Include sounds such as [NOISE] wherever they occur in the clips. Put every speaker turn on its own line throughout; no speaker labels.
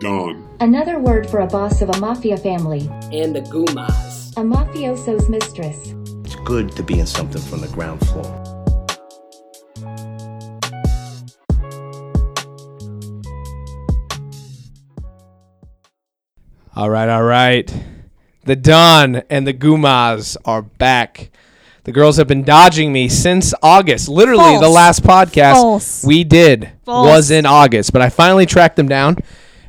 Don.
Another word for a boss of a mafia family,
and the Gumas.
a mafioso's mistress.
It's good to be in something from the ground floor.
All right, all right. The Don and the Gumas are back. The girls have been dodging me since August. Literally, the
False.
last podcast
False.
we did
False.
was in August, but I finally tracked them down.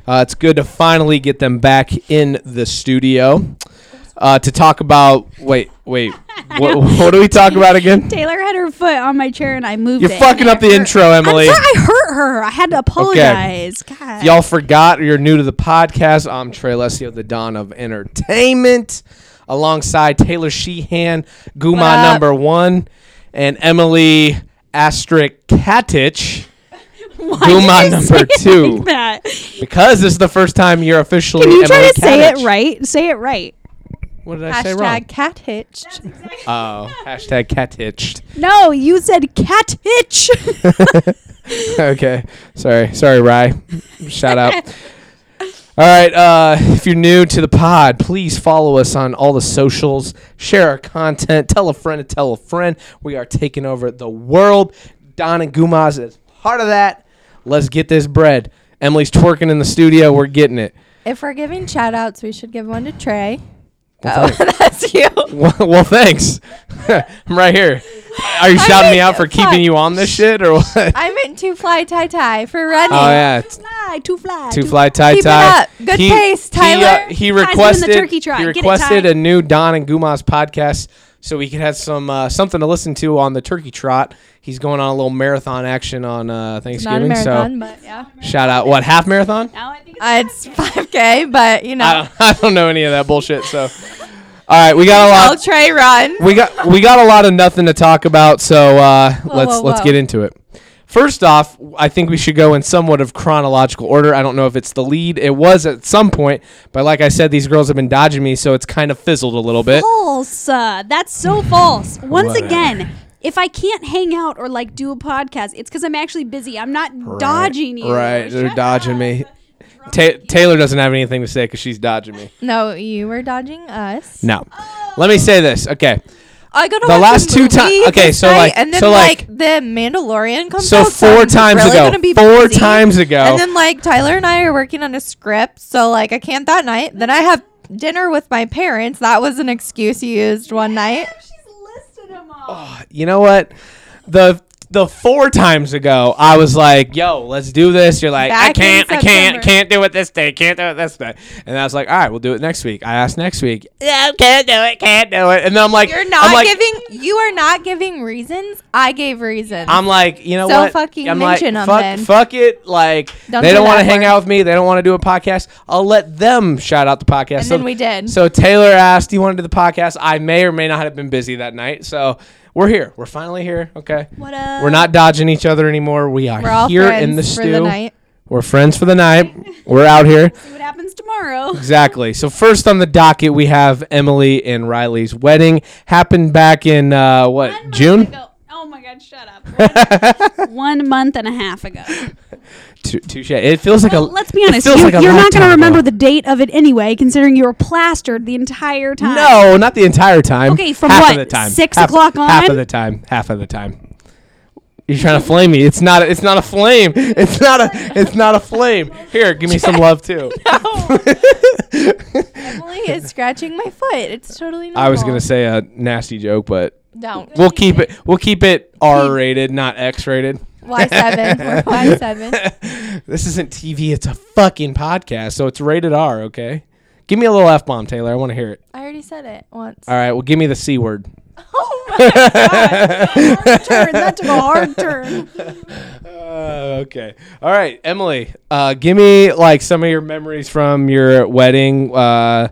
Uh, it's good to finally get them back in the studio uh, to talk about. Wait, wait. what, [LAUGHS] what do we talk about again?
Taylor had her foot on my chair and I moved
You're
it.
fucking up the intro, Emily.
I'm sorry, I hurt her. I had to apologize. God.
If y'all forgot or you're new to the podcast, I'm Trey Lesio, the Don of Entertainment, alongside Taylor Sheehan,
What
Guma
up?
number one, and Emily Asterisk Katich,
Why did
Guma
you
number
say it
two.
like that?
Because this is the first time you're officially
Can you try
Emily
to say it
Katich.
right? Say it right.
What did I say wrong?
Hashtag cat hitched.
Oh, hashtag Katich.
No, you said cat
[LAUGHS]
hitch.
okay. Sorry. Sorry, Rye. Shout out. [LAUGHS] All right. Uh, if you're new to the pod, please follow us on all the socials, share our content, tell a friend to tell a friend. We are taking over the world. Don and Gumas is part of that. Let's get this bread. Emily's twerking in the studio. We're getting it. [LAUGHS]
If we're giving shout outs, we should give one to Trey. Oh,
Well, thank-
[LAUGHS] That's you.
well, well, thanks. [LAUGHS] I'm right here. Are you shouting me out for keeping you on this shit or what?
I meant to fly tie tie for
[LAUGHS]
running.
Oh yeah, it's
fly, too fly.
Two
too-
fly tie
Keep it
tie.
up. Good pace,
He, uh,
Tyler.
he
Ty's doing the
requested.
turkey trot.
He
Get it,
requested
Ty.
a new Don and Gumas podcast so we could have some uh, something to listen to on the turkey trot. He's going on a little marathon action on uh,
Not a
Thanksgiving.
marathon, but yeah.
So shout out what half marathon?
Now I think it's
Uh, it's 5K, but you
I
know.
don't, [LAUGHS] I don't know any of that bullshit. So all right, we got a
I'll
lot.
Trey run.
We got we got a lot of nothing to talk about. So uh, let's
whoa,
let's
whoa.
get into it. First off, I think we should go in somewhat of chronological order. I don't know if it's the lead. It was at some point, but like I said, these girls have been dodging me, so it's kind of fizzled a little bit.
false. Uh, that's so false. Once
Whatever.
again, if I can't hang out or like do a podcast, it's because I'm actually busy. I'm not dodging you.
Right, they're
Shut
dodging
up.
me. Ta- Taylor doesn't have anything to say because she's dodging
[LAUGHS]
me.
No, you were dodging us.
No, let me say this. Okay,
I got to
The
watch
last
a
two ti-
movie
okay,
this
so,
night,
like-
and then
so, like-
like, the Mandalorian comes
so
out.
four
I'm
times
really
ago,
gonna be
four
busy.
times ago,
And then like Tyler and I are working on a script, so like I can't that night. Then I have dinner with my parents. That was an excuse you used one night.
you know what? The the four times ago, I was like, "Yo, let's do this." You're like, "I
Back in
can't, I can't,
September.
can't do it this day, can't do it this day." And I was like, "All right, we'll do it next week." I asked next week. Yeah, can't do it, can't do it. And then I'm like,
You're not
I'm like,
giving. You are not giving reasons. I gave reasons.
I'm like, you know
So
what?
fucking
I'm
mention 'em
fuck,
then.
fuck it. Like
Don't
they
do
don't want to
that
hang
word.
out with me. They don't want to do a podcast. I'll let them shout out the podcast.
And then we did.
So Taylor asked, "Do you want to do the podcast?" I may or may not have been busy that night. So we're here. We're finally here. Okay.
What up?
We're not dodging each other anymore. We are
We're all
here
friends
in the
for
stew.
the night.
We're friends for the night. We're out here.
See what happens tomorrow.
Exactly. So first on the docket, we have Emily and Riley's wedding happened back in uh, what
One month
June?
ago- Oh my God! Shut
[LAUGHS]
up. One, one month and a half ago.
Tou- Touche. It feels like a.
Well, let's be
it
honest. You,
feels like a
you're not going
lifetime
to remember
ago.
the date of it anyway, considering you were plastered the entire time.
No, not the entire time.
Okay, from
half
what,
Of the time.
six
half,
o'clock
Half
on?
of the time. Half of the time. You're trying to flame me. It's not. A, it's not a flame. It's not a. It's not a flame. Here, give
[LAUGHS]
me some love too.
Emily is
[LAUGHS]
scratching my foot. It's totally normal.
I was gonna say a nasty joke, but
don't.
we'll keep it. We'll keep it R-rated, not X-rated.
Y
[LAUGHS]
seven. We're Y seven.
This isn't TV. It's a fucking podcast, so it's rated R. Okay. Give me a little f bomb, Taylor. I want to hear it.
I already said it once.
All right. Well, give me the c word.
Oh
[LAUGHS]
my god!
turn. That took a hard turn.
Uh, okay. All right, Emily. Uh, give me like some of your memories from your wedding. Uh,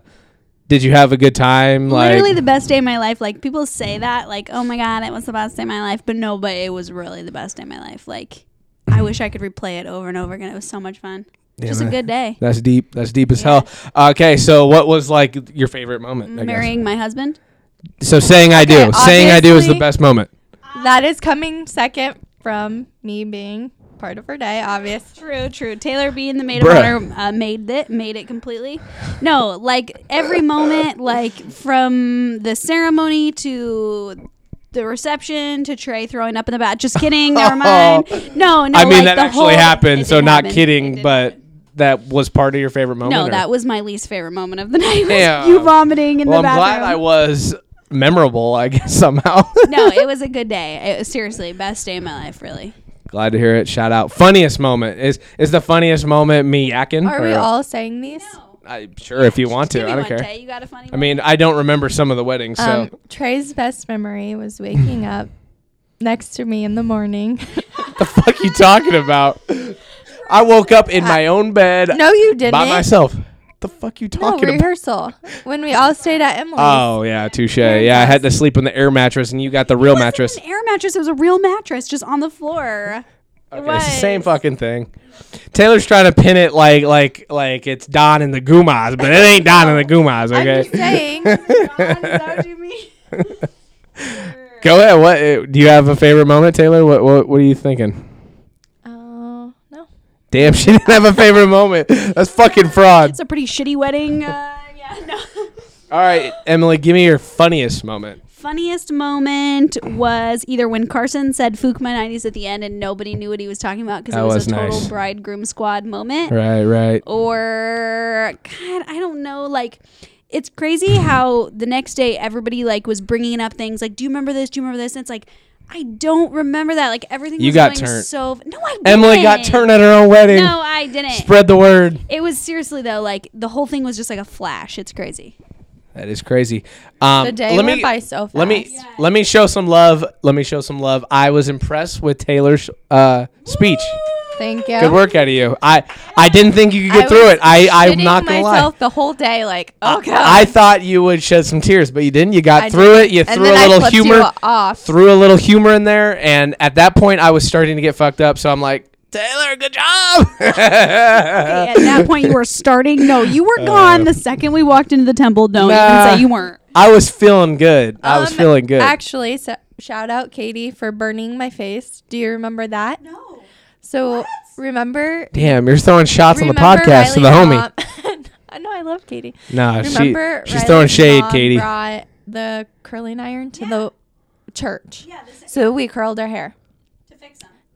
did you have a good time? Like,
Literally the best day of my life. Like people say that, like, oh my god, it was the best day of my life. But no, but it was really the best day of my life. Like, I wish I could replay it over and over again. It was so much fun. Just
Mm-hmm.
a
man.
good day.
that's deep. That's deep as hell. Okay, so what was like your favorite moment? I guess?
Marrying my husband.
So saying I do.
Okay,
Saying I do is the
obviously-
best moment.
that is coming second from me being part of her day, obvious.
True, true. Taylor B and the maid of
Bruh.
honor uh, made it, made it completely. No, like every moment, like from the ceremony to the reception to Trey throwing up in the bath. Just
[LAUGHS]
kidding. Never mind. No, no.
I mean,
like,
that
the
actually
whole- it
happened, so
did
not
happen. It
kidding,
did
but that was part of your favorite moment?
No,
or-
that was my least favorite moment of the [LAUGHS] night. Was
Damn.
You vomiting in
Well,
the
I'm
bathroom.
glad
[LAUGHS]
I was memorable, I guess, [LAUGHS] somehow.
no, it was a good day. It was seriously best day of my life, really.
glad to hear it. Shout out. Funniest moment. Is is the funniest moment me yakking?
Are we
Or-
all saying these?
I, sure, if you want
Give
to.
me
I don't care.
one day. You got a funny
I mean, I don't remember some of the weddings, so.
Um, Trey's best memory was
[LAUGHS]
waking up next to me in the morning. [LAUGHS]
fuck you talking
[LAUGHS]
about? I woke up
Uh,
in my own bed
no, you didn't.
by myself. The fuck you
No,
talking about?
rehearsal when we all stayed at Emily's.
Oh yeah, touche. Yeah, I had to sleep on the air mattress, and you got the real mattress.
An air mattress. It was a real mattress, just on
[LAUGHS]
the floor.
Okay, it's the same fucking thing. Taylor's trying to pin it like like like it's Don and the Gumas, but it ain't Don and the Gumas.
I'm just
Okay, [LAUGHS]
saying.
Oh
go ahead. What uh, do you have a favorite moment, Taylor? What what what are you thinking?
Oh no.
Damn, [LAUGHS] she didn't have a favorite moment. That's fucking fraud.
It's a pretty shitty wedding. Uh, [LAUGHS] yeah, no.
All right, Emily, give me your funniest moment.
Funniest moment was either when Carson said "Fook my 90s" at the end and nobody knew what he was talking about because it
That
was,
was
a total
nice.
bridegroom squad moment.
Right, right.
or God, I don't know. Like, it's crazy how the next day everybody like was bringing up things like, "Do you remember this? Do you remember this?" And it's like, I don't remember that. Like everything
You
was
got
going
turned.
so. No, I didn't.
Emily got turned at her own wedding.
No, I didn't.
Spread the word.
it was seriously though. Like the whole thing was just like a flash. It's crazy.
That is crazy. Um,
The day
let
went
me,
by so fast.
Let me let me show some love. Let me show some love. I was impressed with Taylor's uh, speech.
Thank you.
Good work out of you. I I didn't think you could get
I
through
was
it. I I'm
shitting
not gonna lie.
myself the whole day. Like, oh god.
I thought you would shed some tears, but you didn't. You got
I
through
did.
it. You
And
threw
then
a
I
little
flipped you
humor.
off.
Threw a little humor in there, and at that point, I was starting to get fucked up. So I'm like, Taylor, good job.
[LAUGHS]
At that point, you were starting. No, you were gone the second we walked into the temple. Don't
Uh, Nah.
even say you weren't.
I was feeling good. I was
Um,
feeling good.
Actually, so shout out Katie for burning my face. Do you remember that? No. So remember.
Damn, you're throwing shots on the
remember
podcast to the
Riley's
homie.
mom- [LAUGHS] I know I love Katie.
Nah, she,
Remember,
she's throwing
Riley's
shade,
mom
Katie.
Brought the curling iron to the church. Yeah. So we curled our hair.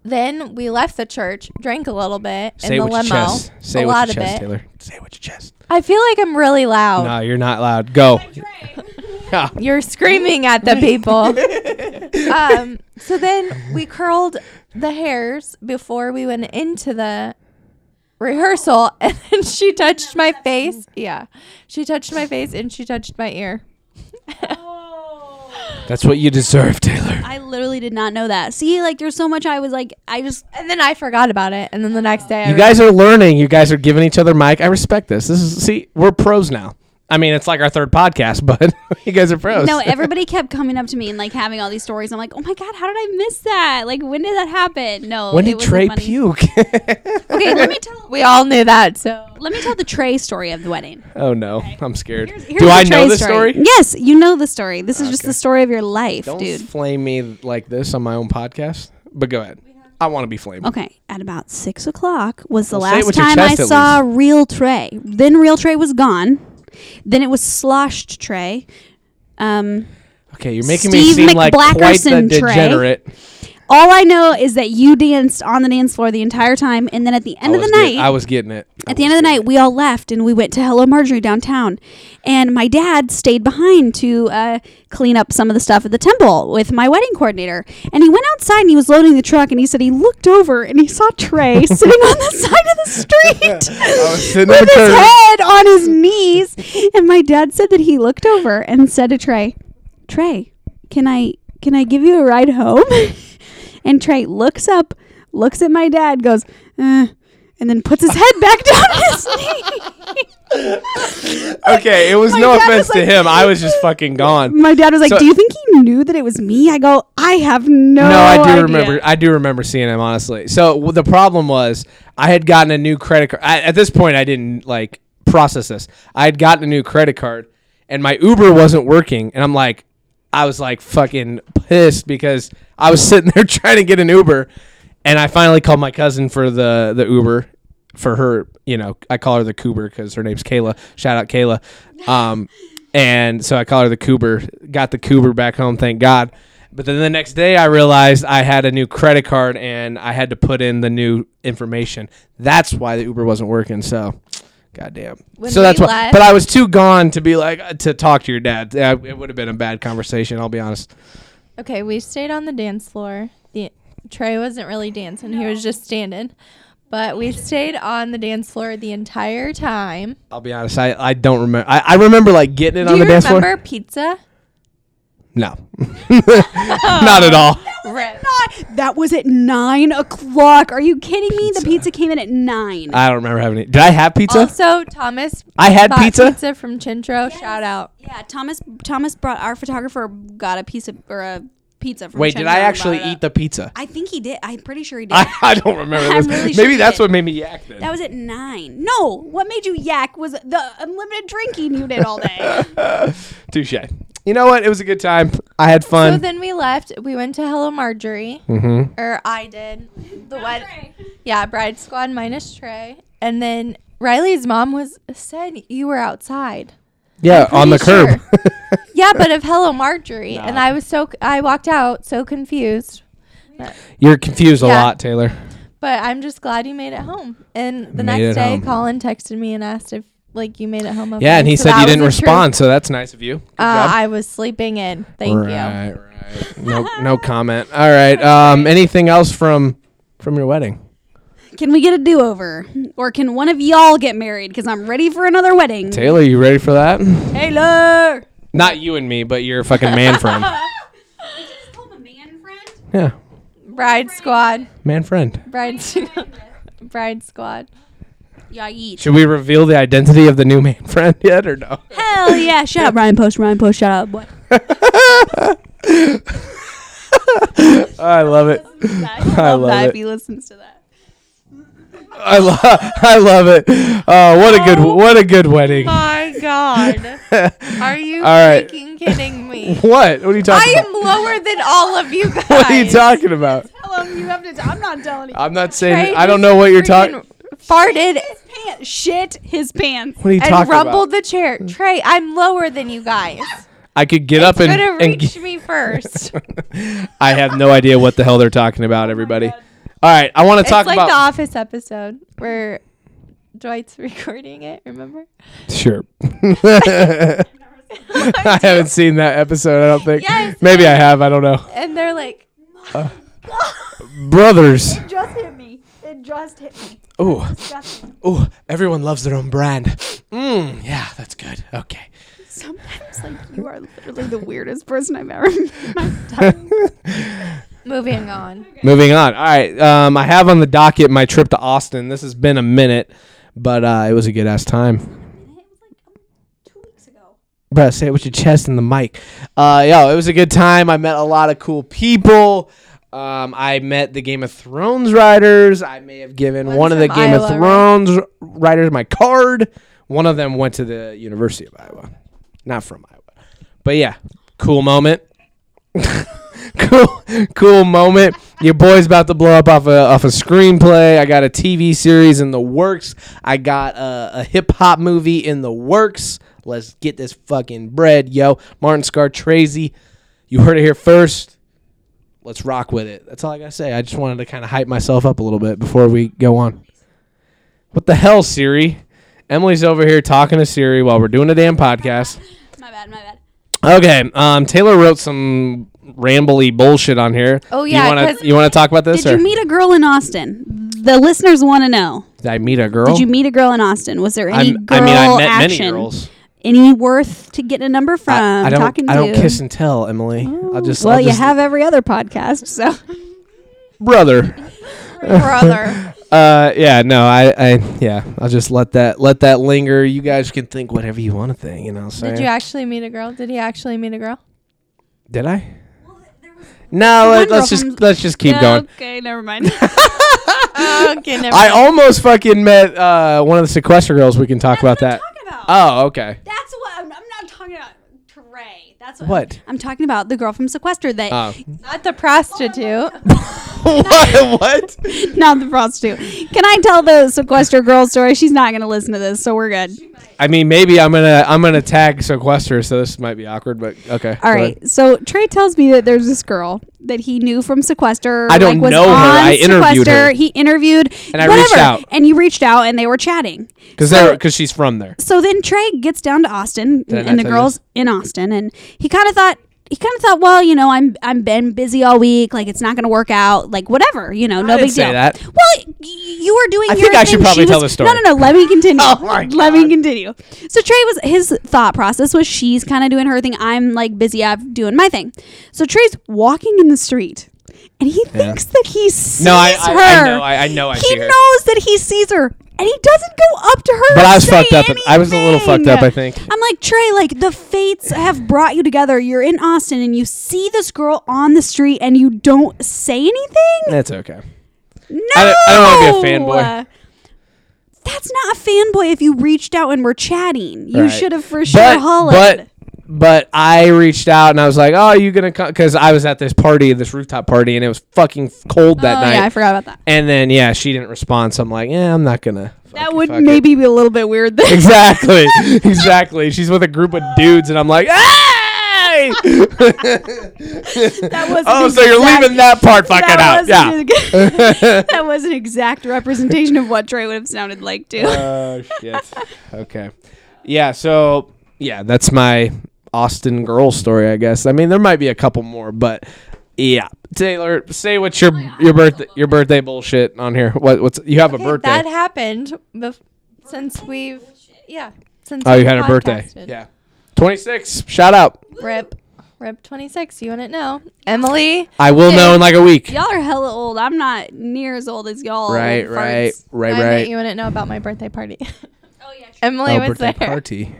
Then we left the church, drank a little bit
Say
in
it
the
with your
limo,
chest. Say
a
it with
lot
your
of
chest,
it. Oh.
Taylor. Say it with your chest.
I feel like I'm really loud.
No, you're not loud. Go. [LAUGHS]
You're screaming at the people. um, so then we curled the hairs before we went into the rehearsal, [LAUGHS] and then she touched my face. Yeah, she touched my face and she touched my ear.
That's what you deserve, Taylor.
I literally did not know that. See, like there's so much I was like, I just
And then I forgot about it. And then the next day, I
You guys are learning. You guys are giving each other mic. I respect this. This is see, we're pros now. I mean, it's like our third podcast, [LAUGHS] but you guys are [LAUGHS] pros.
No, everybody kept coming up to me and like having all these stories. I'm like, oh my god, how did I miss that? Like, when did that happen? No,
when
it
did
wasn't
Trey
funny.
puke?
Okay, let me tell.
we all knew that. So
Let me tell the Trey story of the wedding.
[LAUGHS] oh no, I'm scared.
Here's
Do
the
I
Trey
know this story?
Yes, you know the story. This is just the story of your life,
Don't
dude.
flame me like this on my own podcast. But go ahead. I want to be flamed.
Okay, at about six o'clock was the
Well, say it
last
with your
time I
chest at
saw real Trey. Then real Trey was gone. Then it was sloshed Trey. Um,
Okay, you're making
Steve
me seem like quite the
McBlackerson, Trey.
degenerate.
all I know is that you danced on the dance floor the entire time, and then at the end
I
of the
was
night,
get- I was getting it. I
At the
was
end of the
getting
night, we all left and we went to Hello Marjorie downtown. And my dad stayed behind to uh, clean up some of the stuff at the temple with my wedding coordinator. And he went outside and he was loading the truck and he said he looked over and he saw Trey [LAUGHS] sitting on the side of the
[LAUGHS] I was
street
sitting in
with
the
his
curb.
head
[LAUGHS]
on his knees. And my dad said that he looked over and said to Trey, Trey, can I can I give you a ride home? [LAUGHS] and Trey looks up, looks at my dad, goes, uh, and then puts his head back down
[LAUGHS]
his knee.
Okay, it was
My
no
dad was
offense to
like-
him. I was just fucking gone.
My dad was like,
So-
"Do you think he knew that it was me?" I go, "I have no."
No, I do
idea."
remember. I do remember seeing him honestly. So w- the problem was, I had gotten a new credit card. I, at this point, I didn't like process this. I had gotten a new credit card, and my Uber wasn't working. And I'm like, [LAUGHS] I was like fucking pissed because I was sitting there trying to get an Uber, and I finally called my cousin for the the Uber for her. You know, I call her the Coober because her name's Kayla. Shout out Kayla. Um, and so I call her the Coober. Got the Coober back home, thank God. But then the next day, I realized I had a new credit card and I had to put in the new information. That's why the Uber wasn't working. So, goddamn.
When
So
we
that's why.
left-
But I was too gone to be like uh, to talk to your dad. Uh, It would have been a bad conversation. I'll be honest.
Okay, we stayed on the dance floor. The Trey wasn't really dancing; he was just standing. But we stayed on the dance floor the entire time.
I'll be honest. I, I don't remember. I, I remember like getting it
Do
on
you
the dance
remember
floor.
pizza?
No, [LAUGHS] not at
[LAUGHS]
all.
Rip.
That was at nine o'clock. Are you kidding me? The pizza came in at nine.
I don't remember having it. Did I have pizza?
Also, Thomas.
I had
bought
pizza?
Pizza from Chintro. Shout out.
yeah, Thomas. Thomas brought our photographer got a piece of or a pizza. From
Wait, did I actually eat the pizza? [LAUGHS]
I think he did. I'm pretty sure he did.
I, I don't remember
I'm
this.
really sure
Maybe
you
that's
did.
what made me yak then.
that was at nine. No, what made you yak was the unlimited drinking you did all
[LAUGHS]
day.
Touche. You know what? It was a good time. I had fun.
So then we left. We went to Hello Marjorie,
Mm-hmm.
or I did. The wed- yeah, Bride Squad minus Trey, and then Riley's mom was said you were outside.
yeah, on the
pretty
curb.
Yeah, but of Hello Marjorie, and I was so c- I walked out so confused.
[LAUGHS] You're confused a
Yeah.
lot, Taylor.
But I'm just glad you made it home. And the
Made it
next day,
home.
Colin texted me and asked if like you made it home. okay.
Yeah, and he
So
said
that
you
was
didn't
the truth.
respond, so that's nice of you. Good
Uh,
job.
I was sleeping in. Thank you.
right, right.
[LAUGHS]
No, no comment. All right. Um, anything else from from your wedding?
Can we get a do over, or can one of y'all get married? Because I'm ready for another wedding.
Taylor, you ready for that?
Taylor.
Not you and me, but your fucking man
[LAUGHS]
friend. Yeah,
Bride Squad.
man friend.
Bride Squad. [LAUGHS] Bride Squad.
Yeah, I eat.
Should we reveal the identity of the new man [LAUGHS] friend yet, or no? [LAUGHS]
Hell yeah! Shout out Ryan Post. Ryan Post. Shout out. Boy.
I love it. I love
that
it.
if he listens to that.
I love. [LAUGHS] I love it. Oh, what a good. What a good wedding.
My
[LAUGHS]
God. Are you
All right.
freaking
[LAUGHS]
kidding me?
What? What are you talking
I
about? [LAUGHS]
am lower than all of you guys.
What are you talking about?
you have to. I'm not telling you.
I'm not saying.
Trey
I don't
just
know what you're talking.
freaking
What
Farted
Pants. Shit his pants.
are you
and
talking
rumbled
about? Mm.
the chair. Trey, I'm lower than you
[LAUGHS]
guys.
I could get up and,
Gonna
and
reach
[LAUGHS]
me first.
I have no idea what the hell they're talking about. Everybody. All right, I want to
Oh it's
talk
like the
about.
Office episode where Dwight's [LAUGHS] recording it. Remember?
[LAUGHS]
[LAUGHS]
sure. [LAUGHS] I haven't seen that episode. I don't think.
Yes,
Maybe I have. I don't know.
And they're like,
Brothers.
Just hit me. It just hit me.
Ooh. Ooh. Everyone loves their own brand. Mmm. Yeah, that's good. Okay.
Sometimes, like, you are literally the weirdest person I've ever [LAUGHS]
[LAUGHS]
met.
moving on.
Moving on. All right. Um, I have on the docket my trip to Austin. This has been a minute, but uh, it was a good ass time. Bruh, say it with your chest in the mic. Uh, yo, it was a good time. I met a lot of cool people. Um, I met the Game of Thrones writers. I may have given
One's
one of the
from
Game of
Iowa, right?
Thrones writers my card. One of them went to the University of Iowa, not from Iowa. But yeah, cool moment [LAUGHS] cool, cool moment. Your boy's about to blow up off a off a screenplay. I got a TV series in the works. I got a, a hip hop movie in the works. Let's get this fucking bread, yo. Martin Scartrazy, you heard it here first. Let's rock with it. That's all I gotta say. I just wanted to kind of hype myself up a little bit before we go on. What the hell, Siri? Emily's over here talking to Siri while we're doing a damn podcast.
My bad, my bad.
Okay, um, Taylor wrote some rambly bullshit on here.
Oh,
You
yeah,
wanna-
'cause-
you want to talk about this?
Did you
or-
meet a girl in Austin? The listeners want to know.
Did I meet a girl?
Did you meet a girl in Austin? Was there
Oh.
any
I'm-
girl
I mean, I met
action?
many girls.
Any worth to get a number from?
I, I don't.
talking
I don't
to?
kiss and tell, Emily. I'll just.
well,
I'll
you
just-
have every other podcast, so
brother.
Brother.
Uh, yeah, no, I, I, yeah, I'll just let that let that linger. You guys can think whatever you want to think. You know, what I'm saying?
Did you actually meet a girl? Did he actually meet a girl?
Did I? No, let,
girl
let's
from-
just let's just [LAUGHS] keep going.
Okay, never [LAUGHS] mind.
Okay, never.
I almost fucking met uh, one of the sequester girls. We can talk about that.
talking about.
Oh, okay.
That's what I'm, I'm not talking about. Trey. That's
What?
I'm talking about. The girl from Sequester that
Oh.
Not the prostitute.
[LAUGHS] what? What?
[LAUGHS] not the prostitute. Can I tell the sequester girl story? She's not going to listen to this, so we're good.
I mean, maybe I'm gonna I'm gonna tag sequester, so this might be awkward, but okay.
All right. So Trey tells me that there's this girl that he knew from sequester.
I don't
like, was
know her.
On
I interviewed
sequester.
her.
He interviewed.
And I
whatever,
reached out.
And you reached out, and they were chatting.
because
So-
they're because she's from there.
so then Trey gets down to Austin
I not
and, the
tell you
girls in Austin and he kind of thought he kind of thought, well, you know, I'm I'm been busy all week, like it's not going to work out, like whatever, you know, no
didn't
big
say
deal.
that.
Well, y- you were doing.
I
your
think I should
thing.
probably
She was-
tell the story.
No, no, no. Let me
[LAUGHS]
continue.
Oh my
Let me continue. So Trey was his thought process was she's kind of doing her thing. I'm like busy. I'm doing my thing. So Trey's walking in the street. And he thinks that he sees
No, I- I- I
her.
know, I- I know I
he
see her.
knows that he sees her, and he doesn't go up to her.
But
or
I was
say
fucked up. I was a little fucked up,
anything.
I think.
I'm like Trey. Like the fates have brought you together. You're in Austin, and you see this girl on the street, and you don't say anything.
That's okay.
No,
I don't- I don't wanna be a fanboy.
That's not a fanboy. If you reached out and were chatting, you
Right.
should have for sure
But
hollered.
but but I reached out and I was like, "Oh, you gonna come?" Because I was at this party, this rooftop party, and it was fucking cold that
oh
night.
yeah, I forgot about that.
And then yeah, she didn't respond. So I'm like, "Yeah, I'm not gonna."
That
fucking-
would
fuck it."
maybe be a little bit weird.
[LAUGHS]
Then.
exactly [LAUGHS] exactly. She's with a group of dudes, and I'm like,
[LAUGHS]
"Hey!"
that was
oh, so you're leaving that part fucking out? Yeah.
yeah. [LAUGHS] that was an exact representation of what Trey would have sounded like too.
Oh shit. okay. Yeah. So yeah, that's my Austin girl story. I guess. I mean, there might be a couple more, but yeah. Taylor, say what's your your birthday your birthday bullshit on here. What what's you have a
Okay, That
birthday?
happened bef- since we've yeah since
Oh, you
we've
had a birthday.
podcasted.
Yeah. Twenty six. Shout out.
Rip, rip twenty six. You wouldn't know, Emily.
I will know in like a week.
Y'all are hella old. I'm not near as old as y'all.
Right.
old farts.
Right. Right.
I bet
Right.
you wouldn't know about my birthday party. oh [LAUGHS] yeah, Emily
Oh,
was
birthday
there.
party.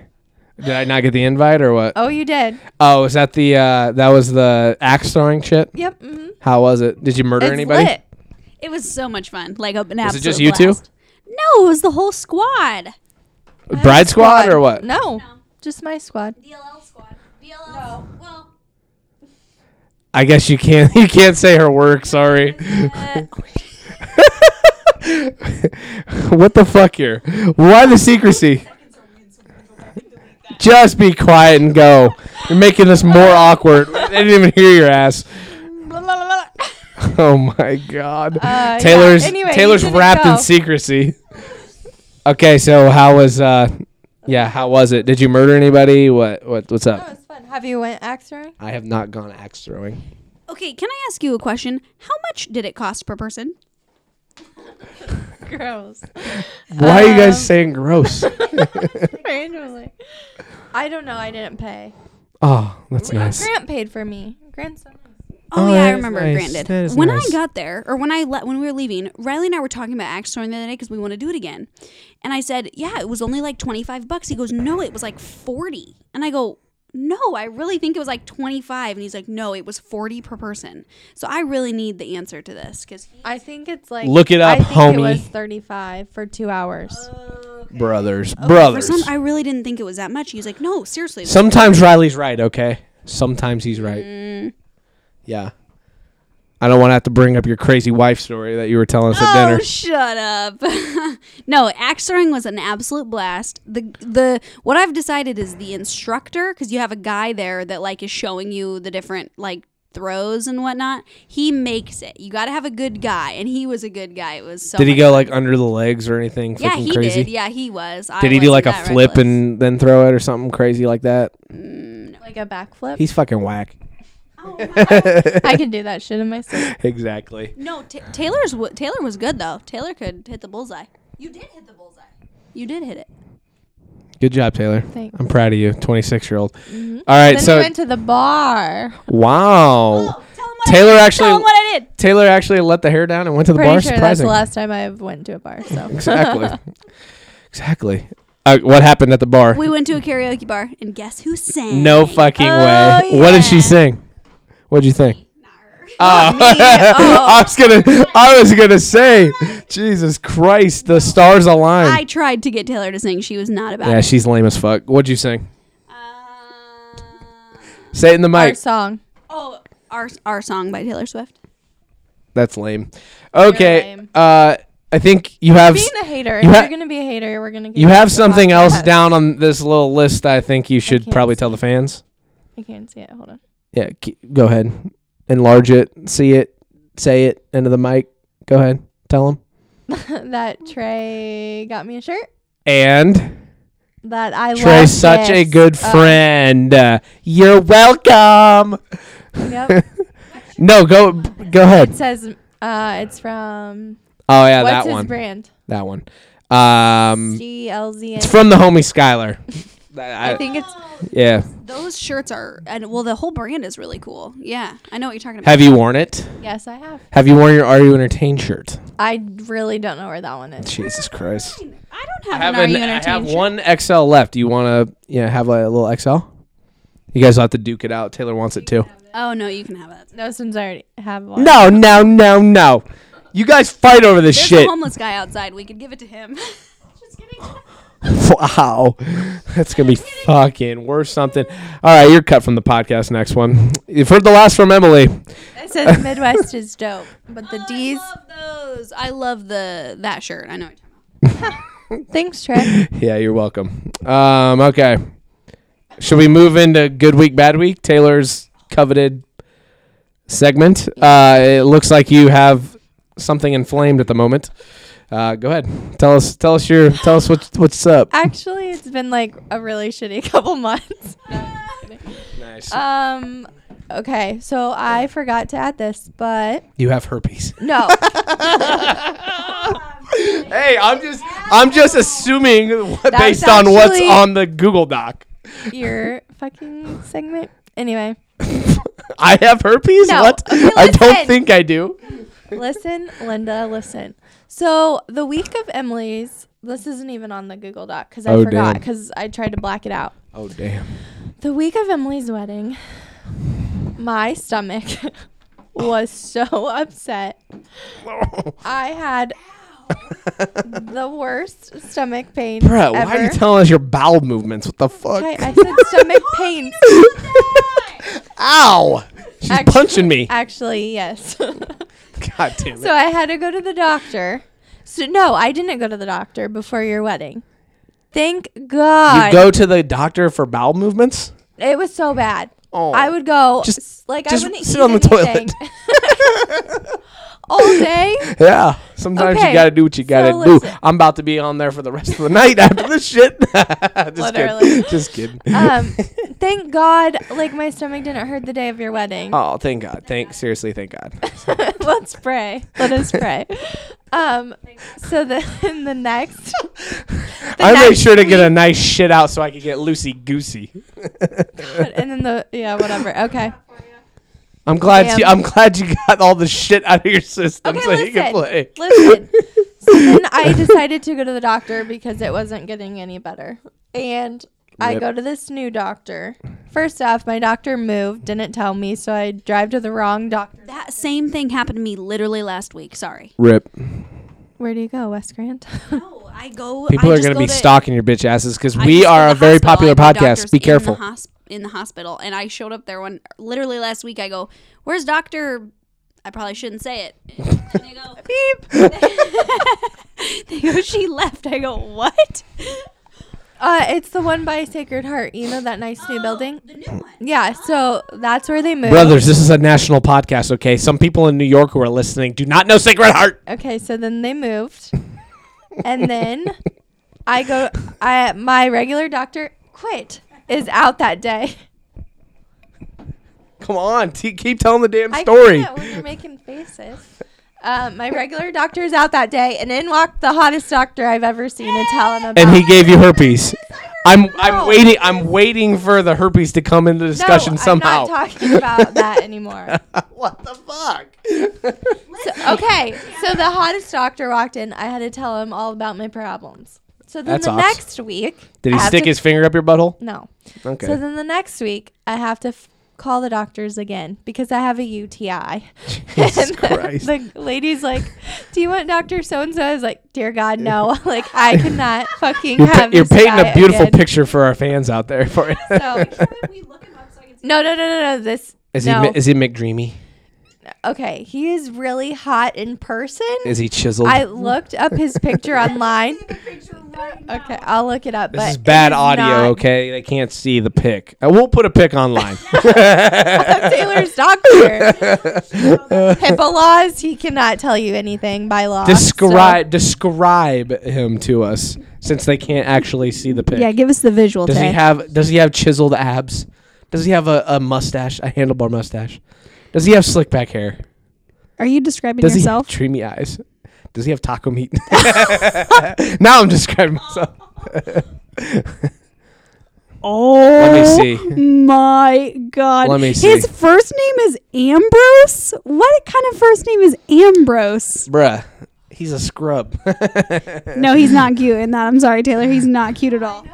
Did I not get the invite or what?
Oh, you did.
Oh, is that the uh that was the axe throwing shit?
Yep. Mm-hmm.
How was it? Did you murder
It's
anybody?
lit.
It was so much fun. Like an
Was
absolute
it just you two?
blast. No, it was the whole squad.
Bride squad, or what?
No, just my squad.
DLL squad. DLL. Well.
I guess you can't [LAUGHS] you can't say her work, sorry. [LAUGHS] what the fuck here? Why the secrecy? Just be quiet and go. You're making this more awkward. They didn't even hear your ass. [LAUGHS]
[LAUGHS]
Oh my god.
Uh, yeah.
Taylor's
Anyway, you
Taylor's
didn't
wrapped in
go.
secrecy. Okay, so how was uh yeah, how was it? Did you murder anybody? What what what's
That
up?
was fun. Have you went axe throwing?
I have not gone axe throwing.
Okay, can I ask you a question? How much did it cost per person?
Gross.
Why are you
Um,
guys saying gross?
[LAUGHS] Randomly. I don't know. I didn't pay.
Oh, that's nice.
Grant paid for me. Grant's so nice.
Oh,
Oh,
yeah, I
that is
remember
nice.
Grant did.
That is
When
nice.
I got there, or when I le- when we were leaving, Riley and I were talking about axe throwing the other day because we want to do it again. And I said, "Yeah, it was only like twenty five bucks." He goes, "No, it was like 40. And I go, "No, I really think it was like twenty five. And he's like, "No, it was forty per person." So I really need the answer to this because
I think it's like.
Look it
I
up,
think
homie.
It was thirty-five for two hours.
Brothers,
Oh, for
brothers.
some I really didn't think it was that much. He's like, "No, seriously." it was
Sometimes Riley's right, okay? Sometimes he's right.
Mm.
Yeah. I don't want to have to bring up your crazy wife story that you were telling us at
Oh,
dinner.
[LAUGHS] shut up! [LAUGHS] no, axe throwing was an absolute blast. The the what I've decided is the instructor because you have a guy there that like is showing you the different like throws and whatnot. He makes it. You got to have a good guy, and he was a good guy. It was so.
Did he
much-
go like under the legs or anything
Yeah,
fucking
he
crazy?
did. Yeah, he was. I
Did he do
wasn't
like a
that
flip
reckless.
and then throw it or something crazy like that?
Like a backflip.
He's fucking whack. [LAUGHS]
I can do that shit in my sleep.
Exactly.
No, Ta Taylor's w- Taylor was good though. Taylor could hit the bullseye. You did hit the bullseye. You did hit it.
Good job, Taylor.
Thanks.
I'm proud of you, 26 year old.
Mm-hmm.
All right,
Then
so
we went to
[LAUGHS]
the bar.
wow.
Oh, tell him what
Taylor
I did.
actually-
Tell him what I did.
Taylor actually let the hair down and went to the
Pretty
bar.
sure that's the
Surprising.
last time I've went to a bar. So [LAUGHS]
exactly. exactly. Uh, what happened at the bar?
We went to a karaoke bar, and guess who sang?
No fucking way.
Oh,
What did she
yeah.
sing? What'd you think? [LAUGHS]
Me, oh,
I was gonna I was gonna say, Jesus Christ, the stars
I
align.
tried to get Taylor to sing. She was not about
Yeah,
it.
she's lame as fuck. What'd you sing?
Uh,
Say it in the
Our
mic.
song.
Oh, our our song by Taylor Swift.
That's lame. Okay.
lame.
Uh, I think you have
Being
s-
a hater. If
you ha-
you're gonna be a hater, we're gonna. get
you have
the
something
podcast.
else down on this little list. I think you should
can't
probably
see
tell the fans.
I can't see it. Hold on.
Yeah, k- go ahead. Enlarge it. See it. Say it into the mic. Go ahead. Tell them.
[LAUGHS] that Trey got me a shirt.
And
That I
Trey,
love
such a
this.
good
Oh,
friend. Uh, You're welcome. [LAUGHS]
yep.
No, go go
It
ahead.
says uh, it's from
Oh yeah,
what's
that
his
one.
brand?
That one. Um, it's
GLZN.
from the homie [LAUGHS] Skylar. I-
I think it's
yeah.
Those shirts are, and well, the whole brand is really cool. Yeah, I know what you're talking about.
Have you worn it?
yes, I have.
Have you worn your Are You Entertained shirt?
I really don't know where that one is.
Jesus Christ.
I don't
[LAUGHS]
have,
I have, an,
an, Are You
I have
Entertained shirt.
one XL left. Do you want to yeah, have a little XL? You guys will have to duke it out. Taylor wants it too.
Oh no, you can have that.
No, since I already have one.
No, no, no, no. You guys fight over this
There's
shit.
a homeless guy outside. We could give it to him. [LAUGHS] Just kidding.
Wow. That's going to be fucking worth something. All right, you're cut from the podcast. Next one. You've heard the last from Emily. [LAUGHS]
It says Midwest is dope, but the D's.
I love those. I love the that shirt. I know. What you're talking
Thanks, Trey.
Yeah, you're welcome. Um, okay. Should we move into good week, bad week? Taylor's coveted segment. Uh, it looks like you have something inflamed at the moment. Uh, go ahead. Tell us. Tell us your. Tell us what's what's up.
Actually, it's been like a really shitty [LAUGHS] couple months.
Nice.
um. Okay, so I forgot to add this,
[LAUGHS]
but
you have herpes.
no,
[LAUGHS] Hey, I'm just. I'm just assuming what,
That's
based on what's
actually-
on the Google Doc.
your fucking segment. Anyway,
I have herpes.
No.
What?
Okay,
I don't
listen.
think I do.
listen, Linda, listen. So the week of Emily's, this isn't even on the Google Doc because I
Oh,
forgot
damn.
because I tried to black it out.
Oh damn.
The week of Emily's wedding, my stomach
Oh.
was so upset. I had the worst stomach pain.
Bro,
ever.
why are you telling us your bowel movements? What the fuck?
Okay, I said stomach pain.
[LAUGHS] Ow! She's
Actu-
punching me. [LAUGHS]
Actually, yes.
God damn it.
so I had to go to the doctor. So no, I didn't go to the doctor before your wedding. Thank God.
you go to the doctor for bowel movements?
It was so bad.
Oh.
I would go
Just-
s- like
just
I wouldn't
sit
eat
on the
anything. [LAUGHS] all day.
[LAUGHS] Yeah. Sometimes you
Okay,
gotta do what you gotta
so
do.
listen.
I'm about to be on there for the rest of the [LAUGHS] night after this shit. [LAUGHS] Just
Literally.
kidding. [LAUGHS] Just kidding.
Um, thank God, like my stomach didn't hurt the day of your
[LAUGHS]
wedding.
oh, thank God. Thank seriously, thank God.
[LAUGHS] Let's pray. Let us pray. Um, so then [LAUGHS] the next, [LAUGHS] the
[LAUGHS] I made
next
sure to get a
week-
nice shit out so I could get loosey goosey.
and then the yeah whatever. Okay.
I'm glad
Damn.
you I'm glad you got all the shit out of your system
Okay,
so you can play.
listen. Listen.
[LAUGHS]
So then I decided to go to the doctor because it wasn't getting any better. And I
Yep.
go to this new doctor. First off, my doctor moved, didn't tell me, so I drive to the wrong doctor.
about. That same thing happened to me literally last week. Sorry.
Rip.
Where do you go, West [LAUGHS] Grand?
No, I go.
People
I
are
just
going to
go
be
to-
stalking your bitch asses because
I
we
just go
are
to
a
the
very
hospital.
popular
I go to doctors
podcast. Be
in the
careful.
hosp- in the hospital, and I showed up there one literally last week. I go, "Where's doctor?" I probably shouldn't say it. And they go, [LAUGHS] "Beep." [LAUGHS] they go, "She left." I go, "What?"
Uh, it's the one by Sacred Heart. You know that nice new building?
Oh, The new one.
Yeah, so that's where they moved.
Brothers, this is a national podcast, okay? Some people in New York who are listening do not know Sacred Heart.
Okay, so then they moved. and then I go I my regular doctor quit is out that day.
Come on, t- keep telling the damn
I
story.
can't when you're making faces. Um, my regular doctor is out that day, and in walked the hottest doctor I've ever seen to tell him about.
And he gave you herpes. I'm I'm
No.
waiting I'm waiting for the herpes to come into
no,
discussion somehow.
I'm not talking
[LAUGHS]
about that anymore.
what the fuck?
So, okay, so the hottest doctor walked in. I had to tell him all about my problems. So then
That's
the
off.
next week,
Did
I
he
have
stick
to-
his finger up your butthole?
No.
Okay. [LAUGHS]
[LAUGHS] So then the next week, I have to f- call the doctors again because I have a UTI.
Jesus
and
Christ.
[LAUGHS] The lady's like, "Do you want Doctor So and So?" I was like, "Dear God, no! [LAUGHS] like
[LAUGHS]
I cannot fucking
you're pa-
have."
you're
this
painting
guy
a beautiful
again."
picture for our fans out there. For
So
we look him up so I can
No, no, no, no, no. This
[LAUGHS] Is
no.
he mi- is he McDreamy?
okay, he is really hot in person.
Is he chiseled?
I looked up his [LAUGHS] picture online. Okay, I'll look it up.
this
but
is bad
it
audio.
not
Okay, they can't see the pic. I will put a pic
[LAUGHS]
online.
Taylor's
[LAUGHS]
doctor. HIPAA laws. He cannot tell you anything by law. so-
describe describe him to us since they can't actually see the pic.
Yeah, give us the visual.
Does he
Tay.
have Does he have chiseled abs? Does he have a, a mustache, a handlebar mustache? Does he have slick back hair?
Are you describing
Does
yourself?
he have dreamy eyes? Does he have taco meat? [LAUGHS] now I'm describing myself.
[LAUGHS] oh,
Let me see.
[LAUGHS] My God,
Let me see.
His first name is Ambrose. What kind of first name is Ambrose?
Bruh, he's a scrub. [LAUGHS]
No, he's not cute in that. I'm sorry, Taylor. He's not cute at all.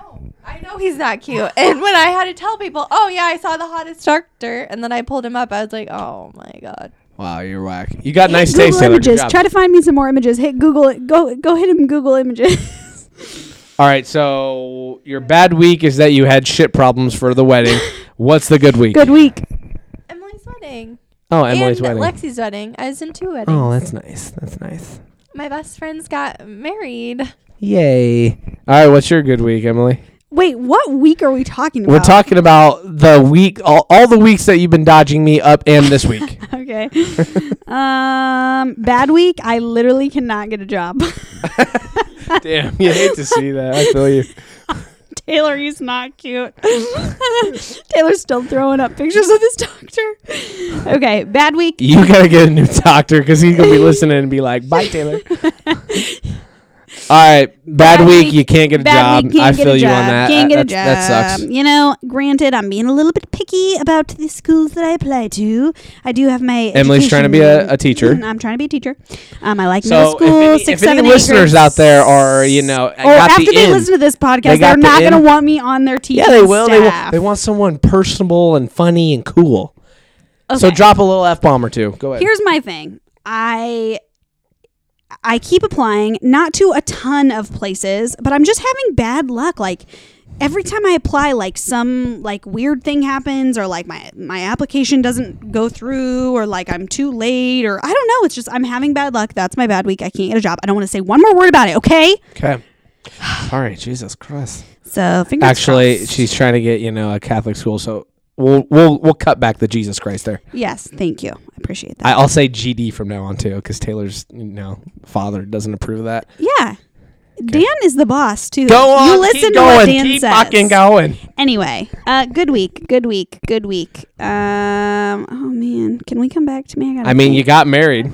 I know he's not cute. [LAUGHS] And when I had to tell people, oh yeah, I saw the hottest doctor, and then I pulled him up, I was like, oh my god.
wow, you're whack. You got nice
Google
taste, Taylor. Good
images.
job.
Try to find me some more images. Hit Google. it. Go go hit him Google images.
All right, so your bad week is that you had shit problems for the
[LAUGHS]
wedding. What's the good week?
Good week.
Emily's wedding.
Oh, Emily's
and
wedding.
Lexi's wedding. I was in two weddings.
oh, that's nice. That's nice.
My best friends got married.
Yay. All right, what's your good week, Emily?
Wait, what week are we talking about?
We're talking about the week, all, all the weeks that you've been dodging me up and this
[LAUGHS]
week.
Okay. um, bad week. I literally cannot get a job.
Damn, you hate to see that. I feel you.
Taylor, he's not cute. [LAUGHS] Taylor's still throwing up pictures of this doctor. Okay, bad week.
You [LAUGHS] gotta get a new doctor because he's
[LAUGHS]
gonna be listening and be like, "Bye, Taylor." all right, bad,
Bad
week,
week,
You can't get a
Bad
job.
week, can't
I
get
feel
a
you
job.
on that.
Can't
I-
get a job.
that's- That sucks.
You know, granted, I'm being a little bit picky about the schools that I apply to. I do have my
Emily's trying to be a-
education-
a teacher.
[CLEARS THROAT] I'm trying to be a teacher. Um, I like middle
So,
school.
if any, if
six,
any
seven, eight
listeners
grades.
out there are, you know,
or
got
after
the
they
in,
listen to this podcast,
They
they
got
are
the
not going to
in.
want me on their team.
yeah, they will. They will.
staff.
They want someone personable and funny and cool. So
Okay.
drop a little f bomb or two. Go ahead.
Here's my thing. I I keep applying not to a ton of places, but I'm just having bad luck like every time I apply like some like weird thing happens or like my my application doesn't go through or like I'm too late or I don't know, it's just I'm having bad luck. That's my bad week. I can't get a job. I don't want to say one more word about it, okay?
okay. [SIGHS] All right, Jesus Christ.
So, fingers
Actually,
crossed.
she's trying to get you know a Catholic school, so we'll we'll we'll cut back the Jesus Christ there.
Yes, thank you. I appreciate that.
I, I'll say GD from now on too, because Taylor's you know father doesn't approve of that.
yeah. Dan is the boss too.
Go on,
You listen
keep
to what
going,
Dan
keep
says.
fucking going.
anyway, uh, good week, good week, good week. Um, oh man, can we come back to me? I, gotta
I mean,
think.
you got married.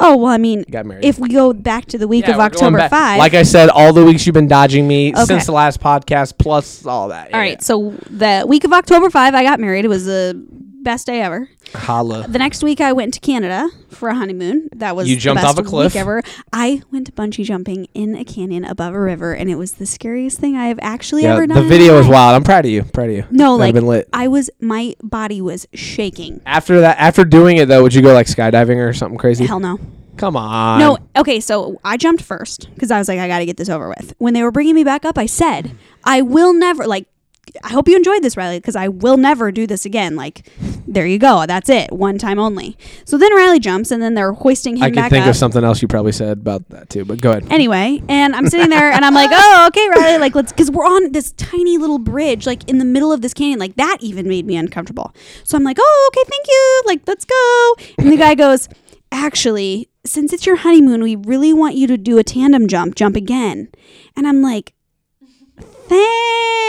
Oh well, I mean,
got married.
if we go back to the week
Yeah,
of
we're going
October
back-
five,
Like I said, all the weeks you've been dodging me
Okay.
since the last podcast, plus all that.
all right. So the week of October five, I got married. It was the best day ever.
Holla.
The next week, I went to Canada for a honeymoon. That was
You
the
jumped off
best
a cliff?
week ever. I went bungee jumping in a canyon above a river, and it was the scariest thing I have actually
Yeah,
ever done.
the
in my
video was
life.
wild. I'm proud of you. Proud of you.
No,
That'd
like
have been lit.
I was, my body was shaking.
After that, after doing it though, would you go like skydiving or something crazy?
Hell no.
Come on.
No, okay, so I jumped first because I was like, I got to get this over with. When they were bringing me back up, I said, I will never, like, I hope you enjoyed this, Riley, because I will never do this again. Like, there you go. That's it. One time only. So then Riley jumps, and then they're hoisting him
I can
back
think
up.
of something else you probably said about that too, but go ahead.
Anyway, and I'm sitting there and I'm like, oh, okay, Riley, like, let's, because we're on this tiny little bridge, like, in the middle of this canyon. Like, that even made me uncomfortable. So I'm like, oh, okay, thank you. Like, let's go. And the guy goes, actually, since it's your honeymoon, we really want you to do a tandem jump, jump again. And I'm like,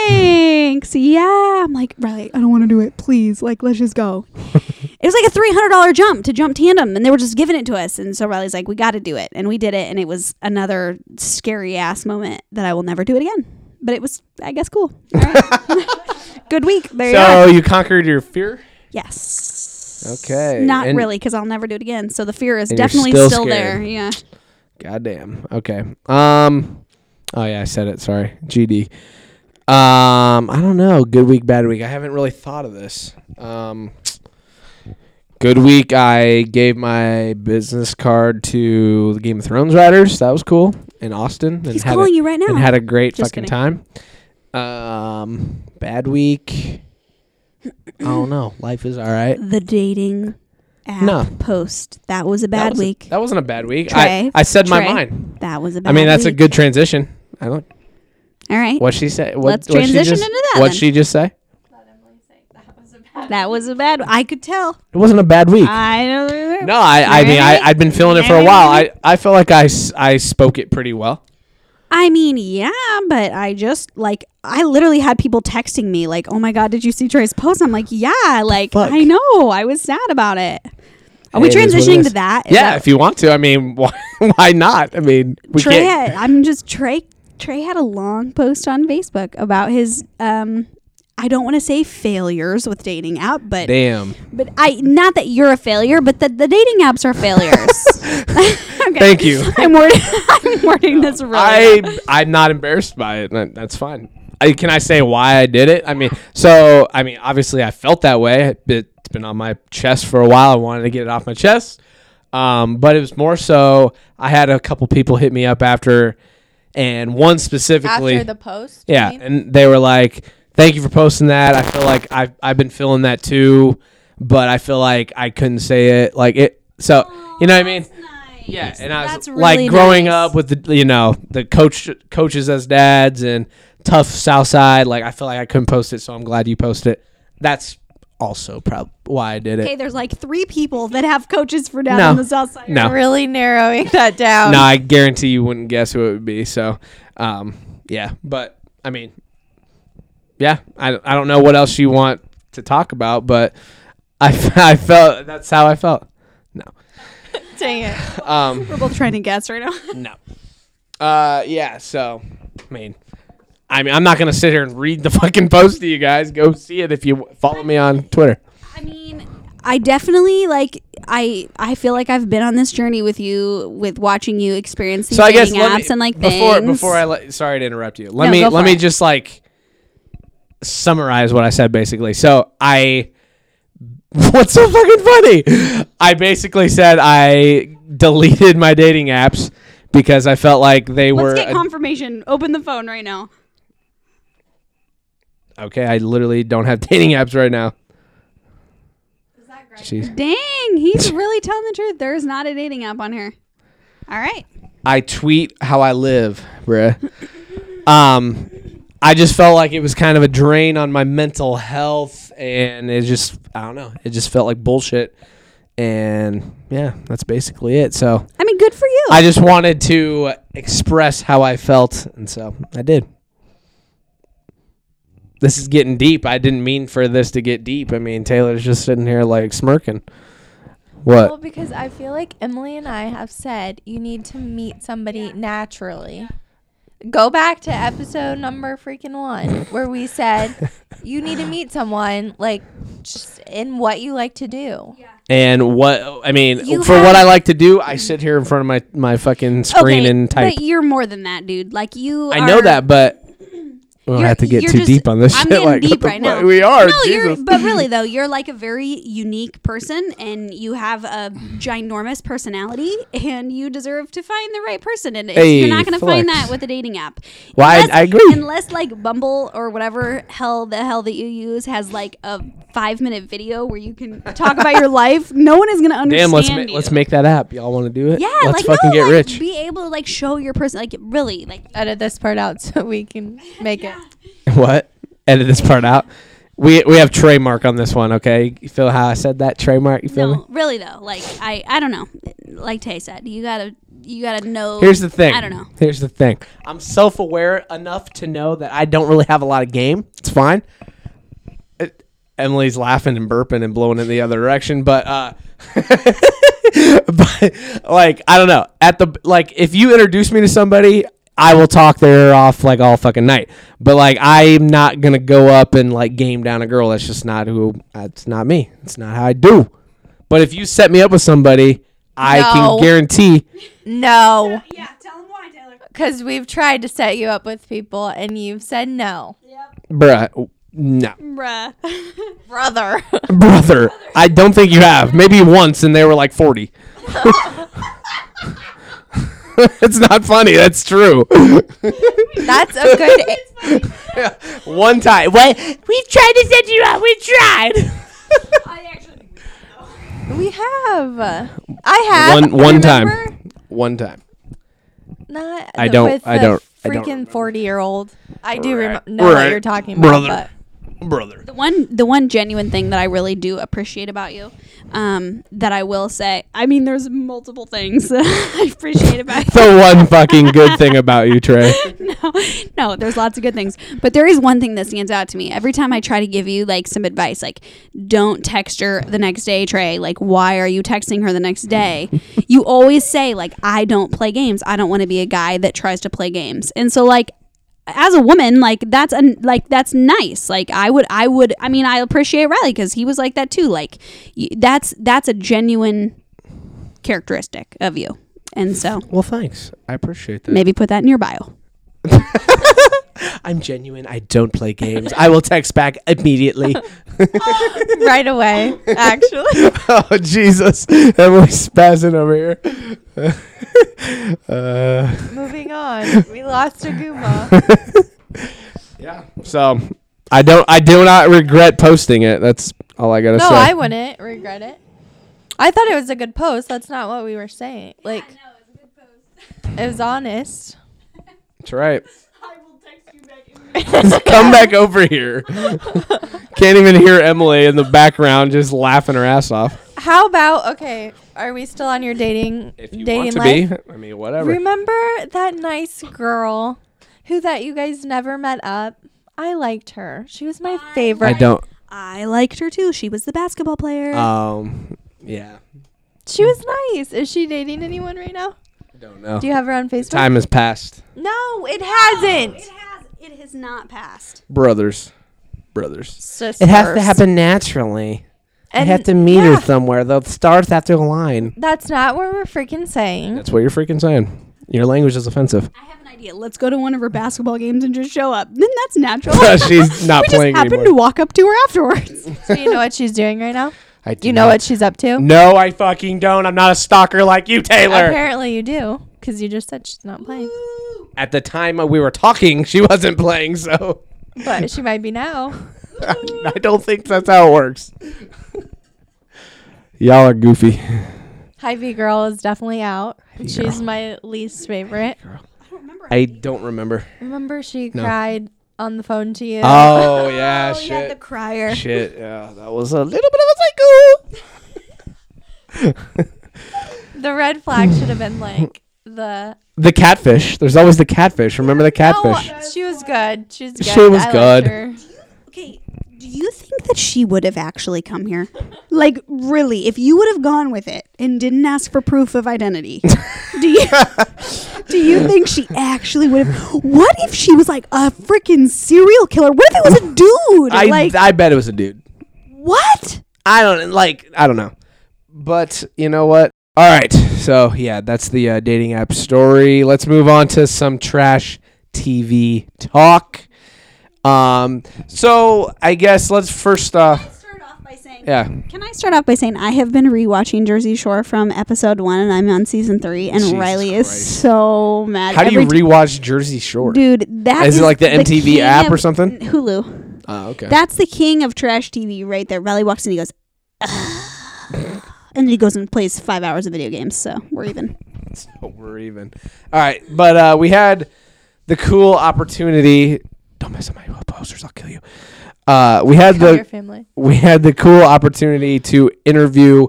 thanks. Yeah. I'm like, Riley, I don't want to do it. Please, like, let's just go. It was like a three hundred dollar jump to jump tandem, and they were just giving it to us. And so Riley's like, "We got to do it," and we did it, and it was another scary ass moment that I will never do it again. But it was, I guess, cool. All right. [LAUGHS] Good week. There you
So
go.
you conquered your fear.
Yes.
Okay,
Not
and-
really, because I'll never do it again. So the fear is
And you're
definitely
still
still, there.
scared.
Yeah.
Goddamn. Okay. Um. Oh yeah, I said it. Sorry. GD. Um. I don't know. Good week, bad week. I haven't really thought of this. Um. Good week. I gave my business card to the Game of Thrones writers. That was cool in Austin. And
He's
had a-
calling you right now.
And had a great
Just
fucking time. Um. Bad week. I don't know. Life is all right.
The dating app
No.
post. That was a
That
bad
wasn't-
week.
That wasn't a bad week.
Trey.
I, I said my
Trey.
mind.
that was a bad
I mean, that's a
week.
good transition. I don't.
All right.
What she said. What,
Let's
what she
transition
just,
into that
What
then.
she just say?
That was a bad I could tell.
It wasn't a bad week.
I don't know.
no, I, I mean, I,
Right?
I've been feeling it for a while. I, I feel like I, s- I spoke it pretty well.
I mean, yeah, but I just like I literally had people texting me like, "Oh my god, did you see Trey's post?" I'm like, "Yeah, like
fuck?
I know. I was sad about it." Are we
It is what it
transitioning
is.
to that? Is
Yeah,
that-
if you want to. I mean, [LAUGHS] why, why not? I mean, we
Trey
can't.
had, I'm just Trey Trey had a long post on Facebook about his um I don't want to say failures with dating app, but
Damn.
but I not that you're a failure, but that the dating apps
[LAUGHS]
are failures. okay.
Thank you.
[LAUGHS] I'm wording, I'm wording this really.
[LAUGHS]
I I'm not embarrassed by it. and That's fine. I, can I say why I did it? I mean, so I mean, obviously I felt that way. It's been on my chest for a while. I wanted to get it off my chest, um, but it was more so I had a couple people hit me up after, and one specifically
After the post. you
yeah,
mean?
and they were like, "Thank you for posting that. I feel like I've I've been feeling that too, but I feel like I couldn't say it like it. So you know what I mean? Yeah, and I was
That's really
like growing
nice.
up with the you know the coach coaches as dads and tough South Side. Like I feel like I couldn't post it, so I'm glad you posted. it. That's also prob why I did
Okay,
it.
there's like three people that have coaches for down
No.
on the south side.
No,
Really narrowing [LAUGHS] that down.
no, I guarantee you wouldn't guess who it would be. So, um, yeah, but I mean, yeah, I, I don't know what else you want to talk about, but I, [LAUGHS] f- I felt that's how I felt. No,
Dang it.
um,
We're both trying to guess right now. [LAUGHS]
no, uh, yeah. So, I mean, I mean, I'm not gonna sit here and read the [LAUGHS] fucking post to you guys. Go see it if you follow me on Twitter.
I mean, I definitely like. I I feel like I've been on this journey with you, with watching you experience these
so I guess
dating
let me,
apps and like
before
things.
before I let, sorry to interrupt you. Let
No,
me
go
let
for
me
it.
just like summarize what I said basically. So I [LAUGHS] what's so fucking funny? I basically said I deleted my dating apps because I felt like they were
Let's get
a-
confirmation. Open the phone right now.
okay. I literally don't have [LAUGHS] dating apps right now. Jeez. [LAUGHS]
Dang, he's really telling the truth. There is not a dating app on here. All right.
I tweet how I live, bruh. Um, I just felt like it was kind of a drain on my mental health, and it just, I don't know, it just felt like bullshit. And yeah, that's basically it. So
I mean, good for you.
I just wanted to express how I felt, and so I did. This is getting deep. I didn't mean for this to get deep. I mean, Taylor's just sitting here like smirking. What?
Well, because I feel like Emily and I have said you need to meet somebody naturally. Go back to episode number freaking one where
[LAUGHS]
we said you need to meet someone like just in what you like to do.
And what I mean
You
for what
have-
I like to do, I sit here in front of my my fucking screen
okay,
and type.
But you're more than that, dude. Like you.
I know
are-
that,
[CLEARS THROAT]
but we don't
you're-
have to get
you're
too
just-
deep on this
I'm
shit.
getting
Like what [LAUGHS]
deep
the
right
fuck?
now.
we are.
No, you're,
Jesus.
but really though, you're like a very unique person, and you have a ginormous personality, and you deserve to find the right person. And it's-
Hey,
you're not going to find
flex.
that with a dating app.
Well, I- I agree.
Unless like Bumble or whatever hell the hell that you use has like a five minute video where you can talk
[LAUGHS]
about your life. No one is going to
[LAUGHS]
understand.
Damn, let's ma-
you.
let's make that app. Y'all want to do it?
Yeah,
let's
like
fucking
no,
get
like,
rich.
Be able to like show your person, like really, like
Edit this part out so we
[LAUGHS]
can make
[LAUGHS] what? Edit this part out. We we have trademark on this one. Okay, you feel how I said that trademark? You feel me?
No, really though. Like I, I don't know. Like Tay said, you gotta, you gotta know.
Here's the thing.
I don't know.
Here's the thing. I'm self aware enough to know that I don't really have a lot of game. It's fine. It- Emily's laughing and burping and blowing in the other direction, but uh [LAUGHS] but like I don't know. At the like if you introduce me to somebody, I will talk their ear off like all fucking night. But like I'm not gonna go up and like game down a girl. That's just not who that's not me. It's not how I do. But if you set me up with somebody, I
No.
can guarantee
No,
Yeah, tell them why, Taylor.
because we've tried to set you up with people and you've said no.
Bruh, no.
Bruh.
Brother.
[LAUGHS] Brother, I don't think you have. Maybe once, and they were like [LAUGHS] 40. it's not funny. That's true.
[LAUGHS]
That's a good e-
One time. What? We've tried to send you out. We tried.
We have. I have.
One one
remember?
time. One time.
Not.
I don't-
With
I
the
don't- I don't
Freaking forty-year-old. I do remember. Know what
Right.
you're talking
Brother.
about.
Brother.
The one the one genuine thing that I really do appreciate about you, um, that I will say, I mean, there's multiple things [LAUGHS] that I appreciate about you.
The one fucking good thing about you, Trey.
no, [LAUGHS] no, there's lots of good things, but there is one thing that stands out to me. Every time I try to give you like some advice, like don't text her the next day, Trey. Like, why are you texting her the next day? you always say like, I don't play games. I don't want to be a guy that tries to play games. And so like, as a woman, like that's an like that's nice. Like I would, I would, I mean, I appreciate Riley because he was like that too. Like y- that's that's a genuine characteristic of you. And so
Well, thanks. I appreciate that.
maybe put that in your bio.
I'm genuine. I don't play games. I will text back immediately.
right away. Actually,
[LAUGHS] oh Jesus! Emily's spazzing over here. uh,
moving on. We lost a
[LAUGHS]
Goomba.
yeah. So I don't. I do not regret posting it. That's all I gotta
No,
say.
I wouldn't regret it. I thought it was a good post. That's not what we were saying. Like, it was honest.
That's right. [LAUGHS] Come back over here. Can't even hear Emily in the background just laughing her ass off.
How about okay? Are we still on your dating dating life?
be, I mean, whatever.
Remember that nice girl who that you guys never met up? I liked her. She was my favorite.
I don't.
I liked her too. She was the basketball player.
Um. Yeah.
She was nice. Is she dating anyone right now?
Don't know.
Do you have her on Facebook?
Time has passed,
No, it hasn't.
has, it has not passed.
brothers. Brothers.
Sisters.
naturally.
And
meet
yeah.
somewhere. The stars have to align.
That's not what we're freaking saying.
That's what you're freaking saying. Your language is offensive.
I have an idea. Let's go to one of her basketball games and just show up. Then
[LAUGHS]
that's natural.
She's not
we just
playing
happened
anymore.
to walk
[LAUGHS]
up to her
[LAUGHS]
afterwards.
Do you know what she's doing right now?
I
Do you know what she's up to?
No, I fucking don't. I'm not a stalker like you, Taylor.
Apparently you do, because you just said she's not playing.
At the time we were talking, she wasn't playing, so [LAUGHS]
But she might be now.
I don't think that's how it works. Y'all are goofy.
Hy-Vee girl is definitely out. She's my least favorite.
I don't remember.
Remember she cried on the phone to you?
Oh yeah, shit. [LAUGHS]
crier.
Shit, yeah, that was a little bit of a psycho.
[LAUGHS] the red flag should
[LAUGHS]
have been like the
the catfish. There's always the catfish. Remember the catfish?
Oh, she was good. She's good.
She was
I liked
good.
her.
Okay, do you think that she would have actually
[LAUGHS]
come here? Like, really? If you would have gone with it and didn't ask for proof of identity, do
[LAUGHS]
you do you think she actually would have? What if she was like a freaking serial killer? What if it was a dude?
I
like
I bet it was a dude.
what?
I don't like. I don't know. But you know what? All right. So yeah, that's the uh, dating app story. Let's move on to some trash TV talk. Um. So I guess let's first. Uh.
Start off by saying.
Yeah.
Can I start off by saying I have been rewatching Jersey Shore from episode one, and I'm on season three, and
Jesus
Riley
Christ.
is so mad.
How do you
every ti-
rewatch Jersey Shore?
dude? That
Is it like the MTV
king
app
of-
or something?
Hulu.
Oh, okay.
That's the king of trash TV right there. Riley walks in, he goes, and then he goes and plays five hours of video games. So we're even.
Oh, we're even. All right, but uh, we had the cool opportunity. Don't mess up my posters; I'll kill you. Uh, we had
Tell your
the
family.
we had the cool opportunity to interview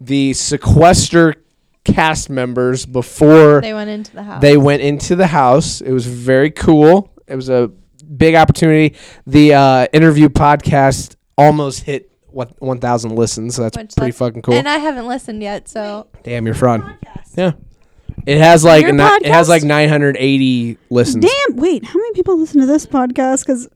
the sequester cast members before
They went into the house.
they went into the house. It was very cool. It was a big opportunity. The uh, interview podcast almost hit what 1,000 listens. So that's
Which,
pretty
like-
fucking cool.
And I haven't listened yet, so
Damn, you're fraud. Yeah. It has like
Your
ni- it has
podcast?
like 980 listens.
Damn! Wait, how many people listen to this podcast? Because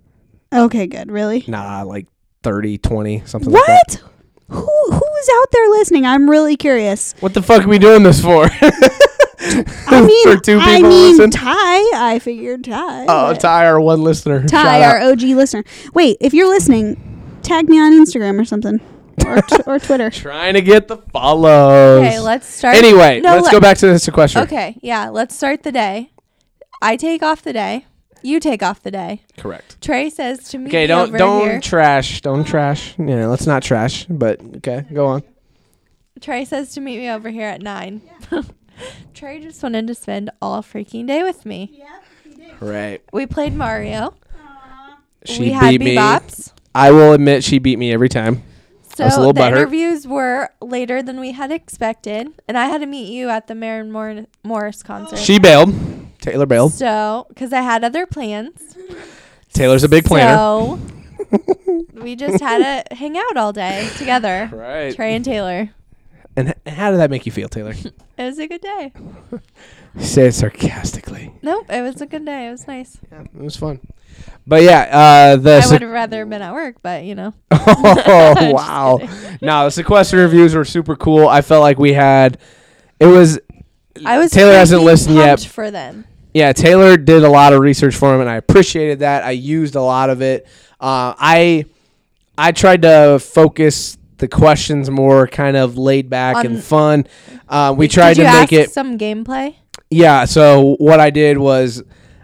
okay, good, really.
Nah, like 30, 20, something like that.
What? Who who's out there listening? I'm really curious.
[LAUGHS] What the fuck are we doing this for? [LAUGHS]
I mean,
for two people
I
to
mean,
listen?
Ty. I figured Ty.
oh,
but-
Ty, our one listener.
Ty,
Shout out.
our OG listener. Wait, if you're listening, tag me on Instagram or something, or,
[LAUGHS]
t- or Twitter.
Trying to get the follows.
okay, let's start.
Anyway,
No,
let's
let-
go back to the sequester.
Okay, yeah, let's start the day. I take off the day. You take off the day.
Correct.
Trey says to me.
Okay, don't
over
don't
here-
trash, don't trash. You know, let's not trash. But okay, go on.
Trey says to meet me over here at nine. [LAUGHS] Trey just wanted to spend all freaking day with me.
Right.
We played Mario.
She
we
beat
had
me.
bebops.
I will admit she beat me every time.
So
was a little
the
butthurt.
interviews were later than we had expected, and I had to meet you at the Maren Mor- Morris concert.
She Oh. bailed. Taylor bailed.
so, because I had other plans.
Taylor's a big planner.
So we just had to [LAUGHS] hang out all day together.
[LAUGHS] Right.
Trey and Taylor.
And h- how did that make you feel, [LAUGHS] Taylor?
It was a good day.
Say it sarcastically.
Nope, it was a good day. It was nice.
Yeah, it was fun. But yeah, uh, the
I
se-
would have rather been at work, but you know. [LAUGHS]
oh wow no the sequester reviews were super cool i felt like we had it was
I was
Taylor hasn't
freaking
listened yet.
pumped for them.
yeah taylor did a lot of research for him and i appreciated that i used a lot of it uh, i i tried to focus the questions more kind of laid back
On-
and fun uh, we tried
Did you
to make
ask
it
some gameplay.
Yeah. So what I did was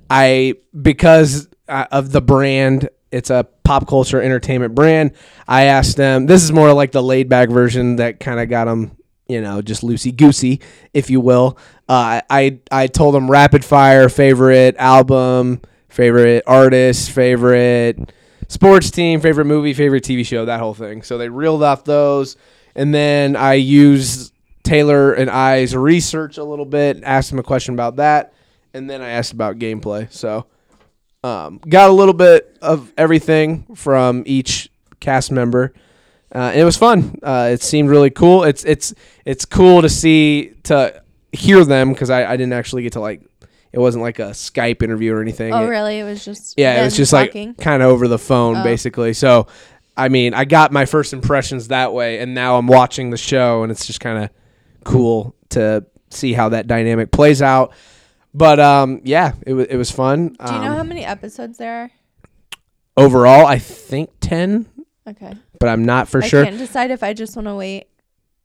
I because uh, of the brand, it's a pop culture entertainment brand. I asked them. This is more like the laid back version that kind of got them, you know, just loosey goosey, if you will. Uh, I I told them rapid fire favorite album, favorite artist, favorite sports team, favorite movie, favorite TV show, that whole thing. So they reeled off those, and then I used Taylor and I's research a little bit, asked him a question about that, and then I asked about gameplay. So um, got a little bit of everything from each cast member. Uh, it was fun. Uh, it seemed really cool. It's it's it's cool to see to hear them because I, I didn't actually get to like it wasn't like a Skype interview or anything.
Oh,
It-
really? It was just
yeah, it was
them
just
talking? Oh.
like kind of over the phone, basically. So, I mean, I got my first impressions that way, and now I'm watching the show, and it's just kind of cool to see how that dynamic plays out. But um, yeah, it was it was fun.
Do you
um,
know how many episodes there
overall, I think ten,
are? Okay,
but I'm not for
I
sure. Eh,
can't decide if I just want to wait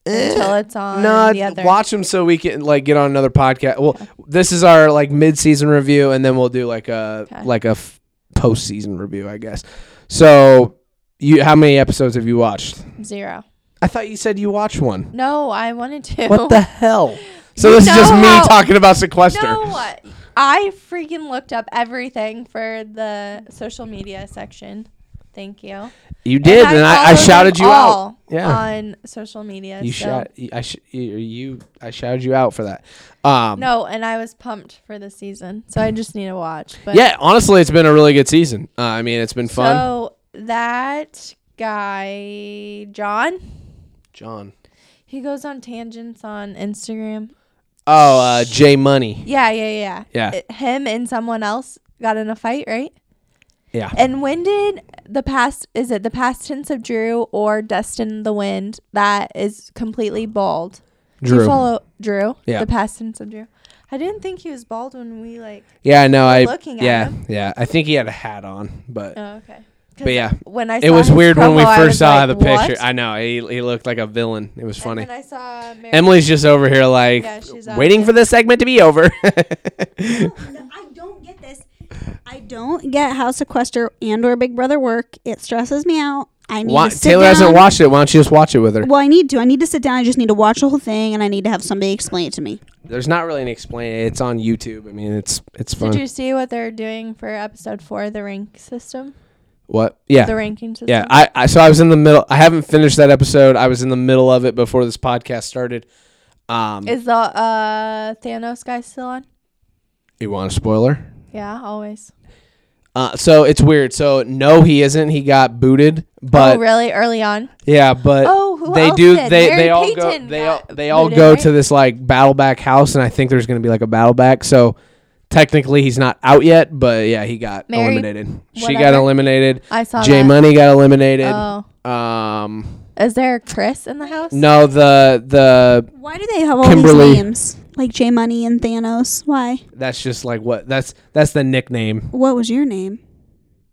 until it's on
No,
the other.
watch them so we can like get on another podcast. Well, this is our like mid-season review, and then we'll do like a
Okay.
like a f- post-season review, I guess. So, you how many episodes have you watched?
Zero.
I thought you said you watched one.
No, I wanted to.
What the hell? So
You
this is just
know
me
how-
talking about sequester.
[LAUGHS] No, I freaking looked up everything for the social media section. Thank you.
You did, and, I, I
followed
shouted
them
you out.
all
Yeah,
on um, social media.
you
so-
shout. I sh- you, you. I shouted you out for that. Um,
No, and I was pumped for the season, so I just need to watch. But
Yeah, honestly, it's been a really good season. Uh, I mean, it's been fun.
So that guy John,
John.
he goes on tangents on Instagram.
Oh, uh, J Money.
Yeah, yeah, yeah.
Yeah.
It- him and someone else got in a fight, right?
Yeah.
And when did the past is it the past tense of Drew or Destin the Wind that is completely bald? Do you
Drew.
follow Drew?
Yeah.
The past tense of Drew. I didn't think he was bald when we like
Yeah, no, I.
looking at
yeah,
him.
yeah. I think he had a hat on, but
Oh, okay. 'Cause
but yeah,
When I
it was
his
weird when we
promo, I
first
was
saw
like,
the
"What?"
picture. I know he he looked like a villain. It was funny.
And then I saw Mary-
Emily's just over here like
Yeah, she's out
waiting
there.
for this segment to be over. [LAUGHS]
I don't get this. I don't get how sequester and or Big Brother work. It stresses me out. I need
Why,
to sit
Taylor hasn't
down.
watched it. Why don't you just watch it with her?
Well, I need to. I need to sit down. I just need to watch the whole thing, and I need to have somebody explain it to me.
There's not really an explain. It's on YouTube. I mean, it's it's fun.
Did you see what they're doing for episode four, the rank system?
what? Yeah.
The ranking system.
Yeah, I, I so I was in the middle. I haven't finished that episode. I was in the middle of it before this podcast started. Um,
Is the uh, Thanos guy still on?
you want a spoiler?
Yeah, always.
Uh, so it's weird. So no, he isn't. He got booted, but
oh, really? Early on?
yeah, but
Oh, who
they
else
do.
did?
They
Mary
they all go.
Payton uh,
They all
got
they all
booted,
go
right?
to this like battle back house, and I think there's gonna be like a battle back. So technically, he's not out yet, but yeah, he got
Mary-
eliminated. She got
whatever.
eliminated.
I saw
J
that.
Money got eliminated.
Oh.
Um,
Is there a Chris in the house?
no, the the
Why do they have all
Kimberly.
these names like J Money and Thanos? Why?
that's just like what that's that's the nickname. [LAUGHS]
What was your name?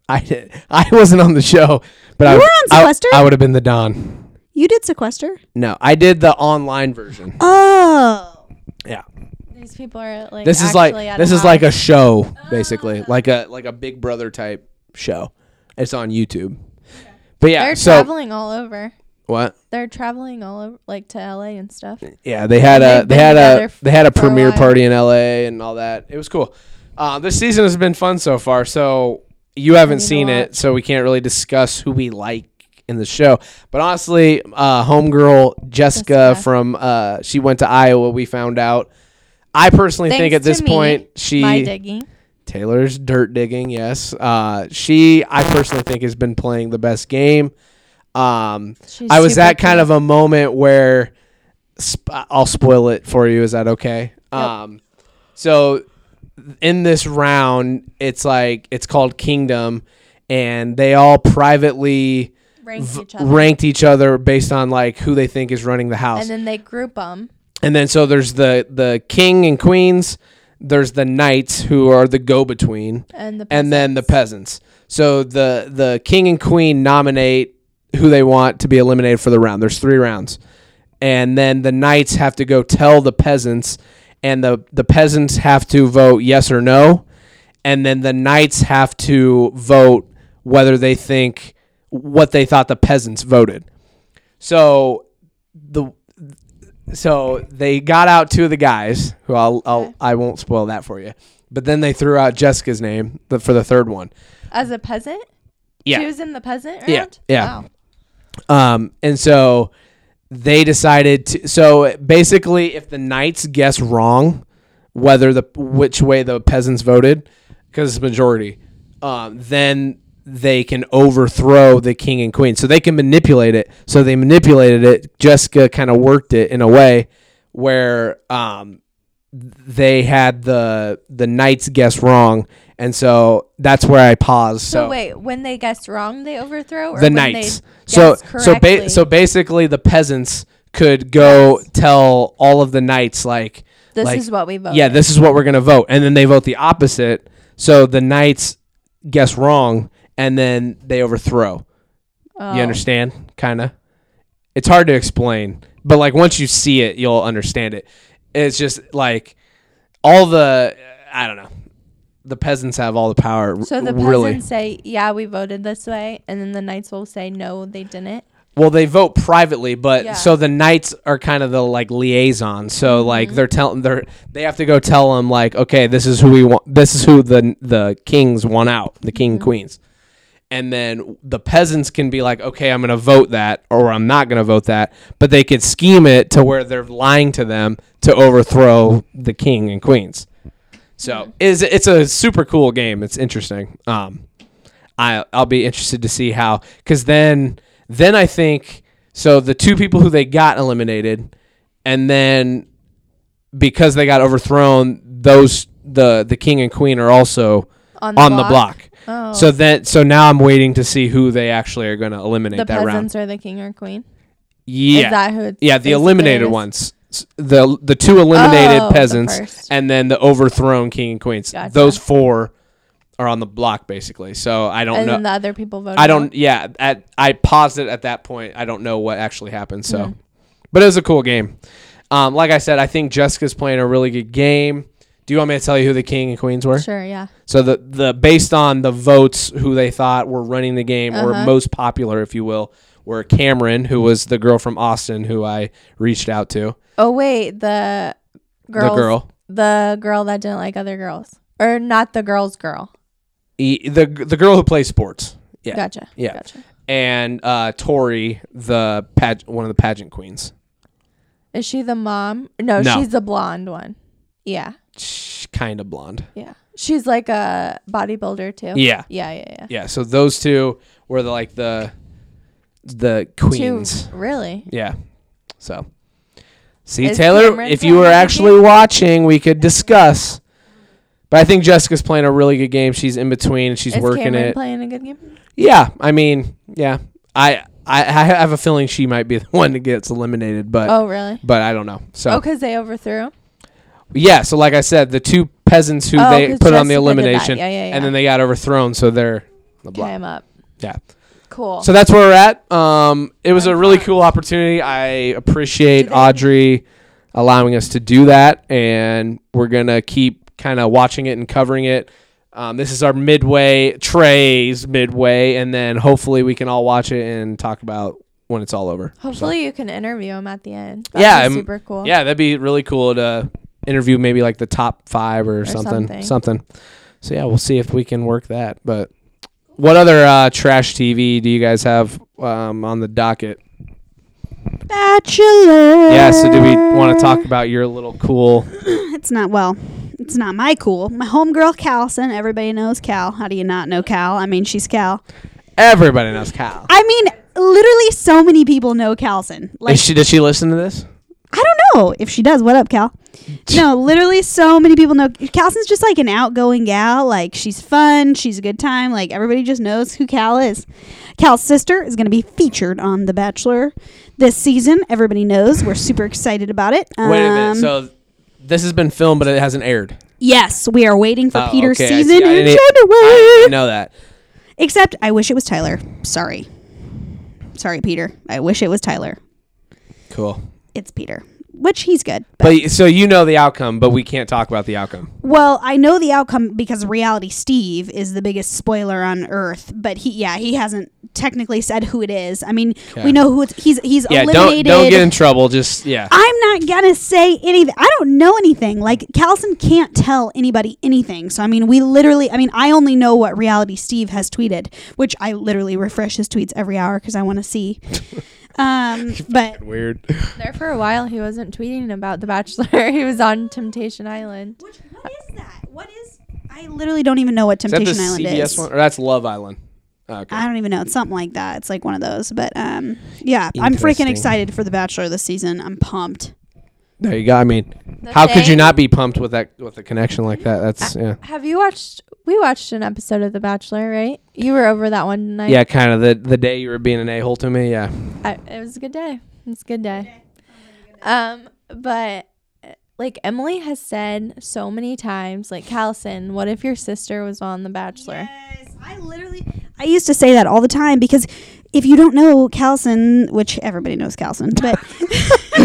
I did, I wasn't on the show, but I
You were on
I-
Sequester?
I would have been the Don.
You did sequester.
No, I did the online version.
Oh,
Yeah.
These people are like.
This is
actually
like
out
this
of
is like a
bounds.
show
Oh,
basically, like a like a Big Brother type show. It's on YouTube. But yeah,
They're
so
traveling all over.
what?
They're traveling all over, like to LA and stuff.
Yeah, they had a
They've
they
been
had
together
a
f-
they had a
for a
premiere
while.
party in L.A. and all that. It was cool. Uh, this season has been fun so far. So you haven't
need to
seen it, so we can't really discuss who we like in the show. But honestly, uh, homegirl Jessica,
Jessica.
from uh, she went to Iowa. We found out. I personally think
Thanks
at this
to me,
point she
My digging.
Taylor's dirt digging, yes. Uh, she, I personally think, has been playing the best game. Um,
She's
I was
super
at kind of a moment where sp- uh, I'll spoil it for you. Is that okay? Um, so in this round, it's like it's called Kingdom, and they all privately
Rank
v-
each other.
ranked each other based on like who they think is running the house.
and then they group them.
And then so there's the the king and queens, there's the knights who are the go between,
And the
and then the peasants. So the the king and queen nominate who they want to be eliminated for the round. There's three rounds. And then the knights have to go tell the peasants and the the peasants have to vote yes or no. And then the knights have to vote whether they think what they thought the peasants voted. So the so they got out two of the guys who I'll, I'll I won't spoil that for you. But then they threw out Jessica's name the, for the third one.
as a peasant. She was in the peasant round.
Yeah, yeah.
Wow.
Um, and so they decided to. So basically, if the knights guess wrong, whether the which way the peasants voted, because it's majority, um, then they can overthrow the king and queen. So they can manipulate it. So they manipulated it. Jessica kind of worked it in a way where um, they had the the knights guess wrong, and so that's where I paused.
So,
So,
wait, when they guessed wrong, they overthrow. Or
the
when they
knights. So
guessed
so ba-
correctly?
so basically, the peasants could go
Yes.
tell all of the knights like
This
like,
is what we voted.
Yeah, this is what we're gonna vote, and then they vote the opposite. So the knights guess wrong, and then they overthrow. You
Oh.
understand? Kind of. It's hard to explain, but like once you see it, you'll understand it. It's just like all the I don't know. The peasants have all the power.
So the peasants
really.
say, "Yeah, we voted this way," and then the knights will say, "No, they didn't."
Well, they vote privately, but
Yeah.
so the knights are kind of the like liaison. So like they're telling they're they have to go tell them like, okay, this is who we want. This is who the the kings want out, the king and queens, and then the peasants can be like, okay, I'm gonna vote that, or I'm not gonna vote that. But they could scheme it to where they're lying to them to overthrow the king and queens. So is it's a super cool game. It's interesting. Um, I I'll be interested to see how because then then I think so the two people who they got eliminated and then because they got overthrown those the the king and queen are also on the, block.
Oh.
So then so now I'm waiting to see who they actually are going to eliminate
the
that round.
peasants are the king or queen.
Yeah.
Is that who? It's
yeah, the
basically
eliminated
is?
ones. S- The the two eliminated
Oh, the
peasants
first.
and then the overthrown king and queens.
Gotcha.
Those four are on the block basically. So I don't
And
know.
then the other people voted.
I
out.
don't. Yeah, at I paused it at that point. I don't know what actually happened. So,
Hmm.
but it was a cool game. Um, like I said, I think Jessica's playing a really good game. Do you want me to tell you who the king and queens were?
Sure. Yeah.
So the the based on the votes who they thought were running the game
Uh-huh.
or most popular, if you will, were Cameron, who was the girl from Austin who I reached out to.
Oh wait, the girl.
The girl.
The girl that didn't like other girls, or not the girl's girl.
E- the the girl who plays sports. Yeah.
Gotcha.
Yeah.
Gotcha.
And uh, Tori, the page- one of the pageant queens.
Is she the mom? No,
No.
she's the blonde one. Yeah.
Kind of blonde.
Yeah. She's like a bodybuilder too.
Yeah.
Yeah. Yeah. Yeah.
Yeah, so those two were the like the the
Two.
queens.
Really?
Yeah. So See
Is
Taylor,
Cameron
if you were
playing the
actually watching, we could discuss. But I think Jessica's playing a really good game. She's in between, she's
Is
working
Cameron
it.
playing a good game?
yeah, I mean, yeah. I, I I have a feeling she might be [LAUGHS] the one that gets eliminated, but
Oh, really?
but I don't know. So
Oh, because they overthrew. him?
yeah, so like I said, the two peasants who
Oh,
they
'cause
put on the
Jessica did that.
elimination
Yeah, yeah, yeah.
and then they got overthrown, so they're the block.
Came up.
Yeah.
Cool.
So that's where we're at. Um, it was a really cool opportunity. I appreciate Audrey allowing us to do that, and we're gonna keep kind of watching it and covering it. Um, this is our midway trays midway, and then hopefully we can all watch it and talk about when it's all over. So-
Hopefully, you can interview him at the end. That'd
yeah,
be
I'm-
super cool.
Yeah, that'd be really cool to interview maybe like the top five or, something,
something.
something, So yeah, we'll see if we can work that. But what other uh, trash TV do you guys have um, on the docket?
Bachelor.
Yeah, so do we want to talk about your little cool?
It's not well. It's not my cool. My homegirl Callison. Everybody knows Cal. How do you not know Cal? I mean, she's Cal.
Everybody knows Cal.
I mean, literally, so many people know Callison. Like,
Is she? Did she listen to this?
I don't know if she does. What
[LAUGHS]
up, Cal? No, literally, so many people know. Callison's just like an outgoing gal. Like, she's fun. She's a good time. Like, everybody just knows who Cal is. Cal's sister is going to be featured on The Bachelor this season. Everybody knows. We're super excited about it.
Wait a minute.
Um,
So this has been filmed, but it hasn't aired.
yes, we are waiting for
Oh,
Peter's
okay, I see.
season
I
in
didn't-
January.
I know that.
Except I wish it was Tyler. Sorry. Sorry, Peter. I wish it was Tyler.
Cool.
It's Peter, which he's good. But,
But so you know the outcome, but we can't talk about the outcome.
well, I know the outcome because Reality Steve is the biggest spoiler on earth. But he, yeah, he hasn't technically said who it is. I mean, we know who it's. He's he's
Yeah. Don't
eliminated.
don't get in trouble. Just yeah.
I'm not gonna say anything. I don't know anything. Like Callison can't tell anybody anything. So I mean, we literally. I mean, I only know what Reality Steve has tweeted, which I literally refresh his tweets every hour because I want
[LAUGHS]
to see. um, but
Weird.
There for a while, he wasn't tweeting about The Bachelor. [LAUGHS] he was on Temptation Island.
which, what is that? What is? I literally don't even know what
Is that
Temptation
the
Island
CBS
is.
one? Or that's Love Island. Okay.
I don't even know. It's something like that. It's like one of those. But um, yeah, I'm freaking
Interesting.
excited for The Bachelor this season. I'm pumped.
there you go. I mean, how could you
thing-
not be pumped with that with a connection like that? That's yeah.
Have you watched? We watched an episode of The Bachelor, right? You were over that one night.
Yeah, kind of the the day you were being an a hole to me. Yeah. [LAUGHS]
I, it was a good day. It was a good day. Um, but uh, like Emily has said so many times, like Callison, what if your sister was on The Bachelor?
Yes, I literally I used to say that all the time because if you don't know Callison, which everybody knows Callison,
[LAUGHS]
but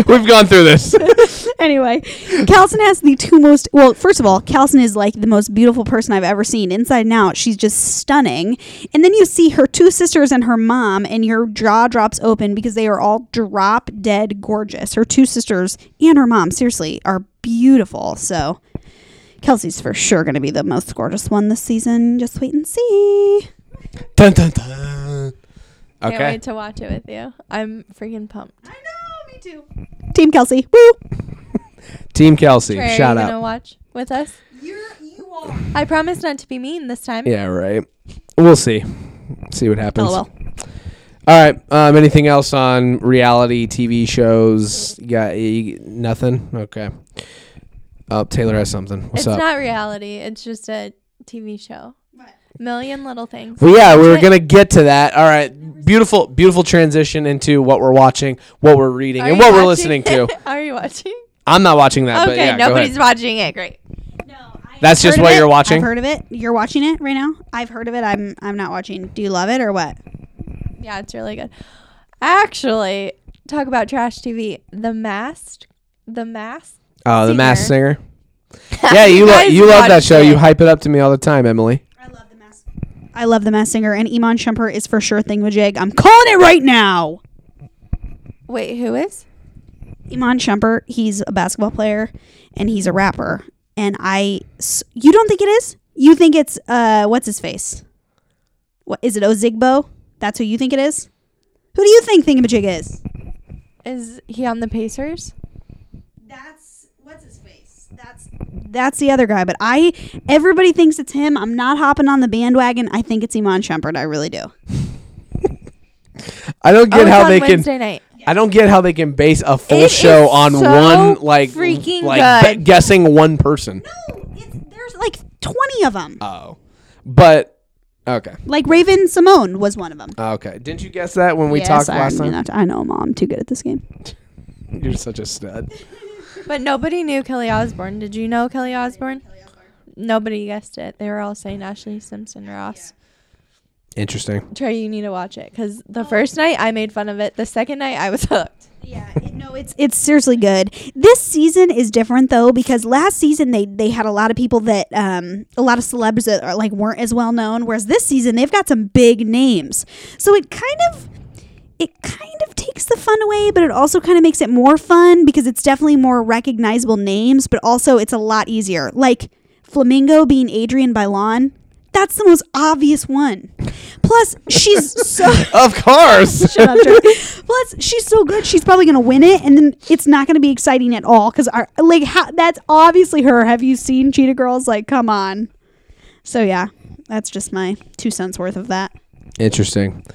We've gone through
[LAUGHS]
this.
anyway, Callison has the two most well, first of all, Callison is like the most beautiful person I've ever seen inside and out. She's just stunning. And then you see her two sisters and her mom and your jaw drops open because they are all drop dead gorgeous. Her two sisters and her mom seriously are beautiful. So Kelsey's for sure going to be the most gorgeous one this season. Just wait and see.
[LAUGHS] dun, dun, dun.
Can't
Okay.
wait to watch it with you. I'm freaking pumped.
Team Kelsey. Woo.
Team Kelsey.
Trey,
shout
are you gonna
out.
watch with us? You're, you are. I promise not to be mean this time.
Yeah. Right. We'll see. See what
Oh,
happens.
LOL.
All right. Um, anything else on reality TV shows? You got you, nothing? Okay. Uh, Taylor has something. What's
it's
up?
not reality. It's just a TV show. Million little things.
Well, yeah, we were
But-
gonna get to that. All right, beautiful, beautiful transition into what we're watching, what we're reading,
Are
and
you
what we're
watching-
listening to.
[LAUGHS] are you watching?
I'm not watching that, but
okay,
yeah, go
nobody's
ahead.
watching it. Great.
That's just
Heard of
what
it?
you're watching.
I've heard of it. You're watching it right now. I've heard of it. I'm I'm not watching. Do you love it or what?
Yeah, it's really good. Actually, talk about trash TV. The Masked. The Masked.
Oh, the Masked
[LAUGHS]
Singer. [LAUGHS] yeah, you lo-
guys
you love that
watched
show.
it.
You hype it up to me all the time, Emily.
I love the mass. I love the mass singer and Iman Shumpert is for sure thingamajig. I'm calling it right now.
Wait, who is?
Iman Shumpert. He's a basketball player and he's a rapper. And I, s- you don't think it is? You think it's uh, what's his face? What is it? Ozigbo? That's who you think it is? Who do you think thingamajig is?
Is he on the Pacers?
That's what's his face. That's that's the other guy. But I, everybody thinks it's him. I'm not hopping on the bandwagon. I think it's Iman Shumpert. I really do.
I don't
oh,
get
it's
how
on
they
Wednesday
can.
night.
I don't get how they can base a full
It
show
is
on
so
one like
freaking
like
good.
be- guessing one person.
No, it's, there's like 20 of them.
Oh, but okay,
like Raven Simone was one of them.
okay. Didn't you guess that when we
Yes,
talked
I
last time?
knew that. I know, mom. I'm too good at this game.
You're such a
[LAUGHS]
stud.
But nobody knew Kelly Osbourne. Did you know Kelly Osbourne? Nobody guessed it. They were all saying Ashley Simpson Ross.
Interesting.
Trey, you need to watch it because the first night I made fun of it. The second night I was [LAUGHS] hooked.
Yeah, no, it's it's seriously good. This season is different though because last season they they had a lot of people that um a lot of celebs that are like weren't as well known, whereas this season they've got some big names. So it kind of it kind of takes the fun away, but it also kind of makes it more fun because it's definitely more recognizable names, but also it's a lot easier. Like Flamingo being Adrian Bylon, that's the most obvious one. Plus, she's so
Of course.
Shut up, Drew. Plus, she's so good. She's probably going to win it, and then it's not going to be exciting at all because our like how, that's obviously her. Have you seen Cheetah Girls? Like, come on. So yeah, that's just my two cents worth of that.
Interesting.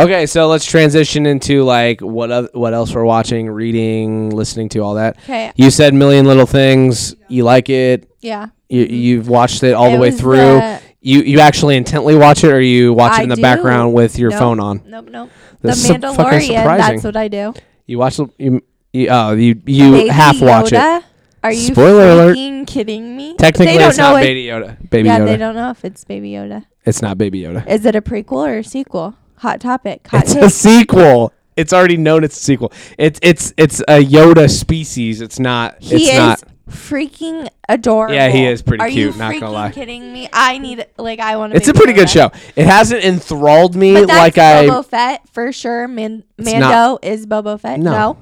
Okay, so let's transition into like what oth- what else we're watching, reading, listening to, all that.
'Kay.
You said Million Little Things. You like it.
Yeah.
You, you've watched it all the
Mm-hmm. It
way
was
through.
the-
you you actually intently watch it, or you watch it
I
in the
do.
background with your
Nope.
phone on?
Nope, nope.
That's
the
so fucking
Mandalorian.
surprising.
that's what I do.
You watch the- you you, uh, you, you
Baby
half watch it.
Yoda? Are you
Spoiler alert.
freaking kidding me?
Technically,
They don't
it's not
know it-
Baby Yoda. Baby
yeah,
Yoda.
they don't know if it's Baby Yoda.
It's not Baby Yoda.
Is it a prequel or a sequel? Hot topic. Hot
It's a
take.
sequel. It's already known it's a sequel. It's it's it's a Yoda species. It's not.
He
it's
is
not.
freaking adorable.
Yeah, he is pretty
Are
cute,
You
not
freaking
gonna lie.
Kidding me? I need like I want.
It's a pretty good show. It hasn't enthralled me
But that's
like I.
Bobo Fett for sure. Man- Mando
not.
is Bobo Fett.
No.
No.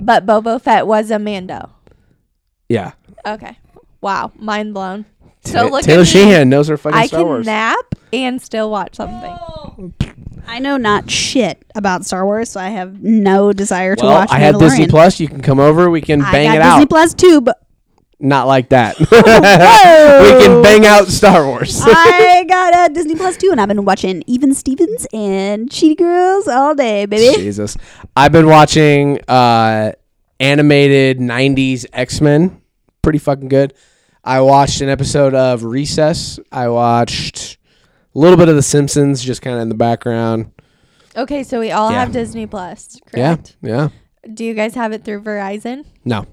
but Bobo Fett was a Mando.
Yeah.
Okay. Wow. Mind blown. So
Ta-
look
Taylor
at me.
Sheehan knows her fucking
I
Star
can
Wars.
nap and still watch something.
I know not shit about Star Wars, so I have no desire to
well,
watch.
I had Disney
Mandalorian.
Plus. You can come over. We can
I
bang
got
it
Disney
out.
Plus
[LAUGHS]
too, but
Not like that. [LAUGHS] we can bang out Star Wars.
I got uh, Disney Plus too, and I've been watching Even Stevens and Cheetah Girls all day, baby.
Jesus. I've been watching uh animated 90s X-Men. Pretty fucking good. I watched an episode of Recess. I watched a little bit of The Simpsons just kind of in the background.
Okay, so we all
Yeah.
have Disney Plus. Correct?
Yeah. Yeah.
Do you guys have it through Verizon?
No.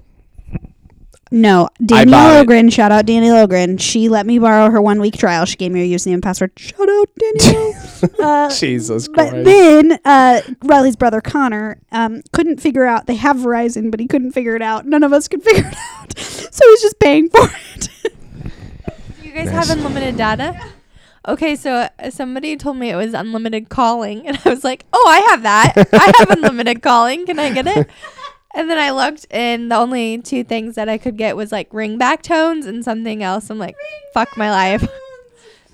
No,
I
Danny
bought it.
Logren. Shout out Danny Logren. She let me borrow her one week trial. She gave me her username and password. Shout out
[LAUGHS]
Danny. uh,
Jesus Christ.
but then uh, Riley's brother Connor um, couldn't figure out. They have Verizon, but he couldn't figure it out. None of us could [LAUGHS] figure it out, so he's just paying for it. [LAUGHS]
Do you guys have unlimited data? Okay, so uh, somebody told me it was unlimited calling, [LAUGHS] and I was like, "Oh, I have that. I have unlimited calling. Can I get it?" And then I looked, and the only two things that I could get was like ringback tones and something else. I'm like, "Fuck my life."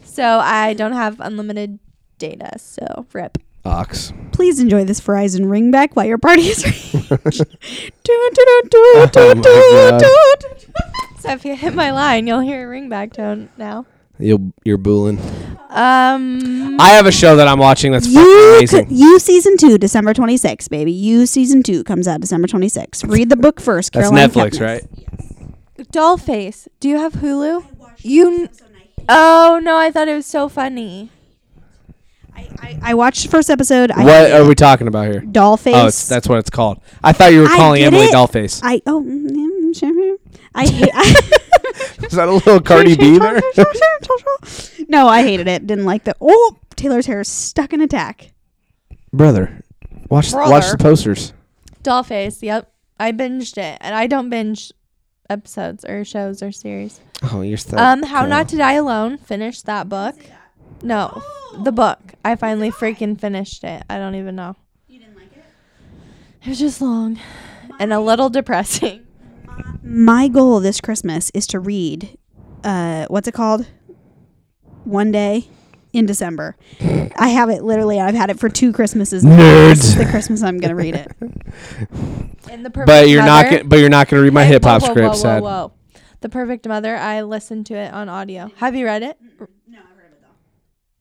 So I don't have unlimited data. So rip.
Ox.
Please enjoy this Verizon ringback while your party is
[LAUGHS]
[LAUGHS] ringing. Toot, toot,
Oh
toot, toot,
my God.
toot, toot. [LAUGHS]
So if you hit my line, you'll hear a ringback tone now.
You'll, you're booling.
Um,
I have a show that I'm watching that's fucking
You,
amazing.
could- you season two, December 26th, baby. You season two comes out December 26th. Read the book first.
that's
Caroline
Netflix,
Kepnes.
right?
Dollface. Do you have Hulu? You. Oh no, I thought it was so funny.
I, I watched the first episode. I
What are we talking about here?
Dollface.
Oh, it's, that's what it's called. I thought you were
I
calling
get
Emily
it.
Dollface.
I oh mm, sure. I hate.
[LAUGHS]
[LAUGHS] I,
Is that a little Cardi B there?
no, I hated it. Didn't like the. Oh, Taylor's hair is stuck in attack.
Brother, watch watch the
Brother.
posters.
Dollface. Yep, I binged it, and I don't binge episodes or shows or series.
Oh, you're still.
Um, How Not to Die Alone. Finished that Oh! book. No, the book. I finally freaking finished it. I don't even know. You didn't like it? It was just long and a little depressing.
My goal this Christmas is to read. Uh, what's it called? One day in December. I have it literally. I've had it for two Christmases. now. This is
nerds.
the Christmas I'm gonna
[LAUGHS]
read it.
And the perfect
But you're not.
Mother-
Gonna, but you're not going to read my
Hey,
hip hop
whoa, whoa,
script.
whoa,
sad.
Whoa, whoa. The Perfect Mother. I listened to it on audio. Have you read it? No, I've heard it though.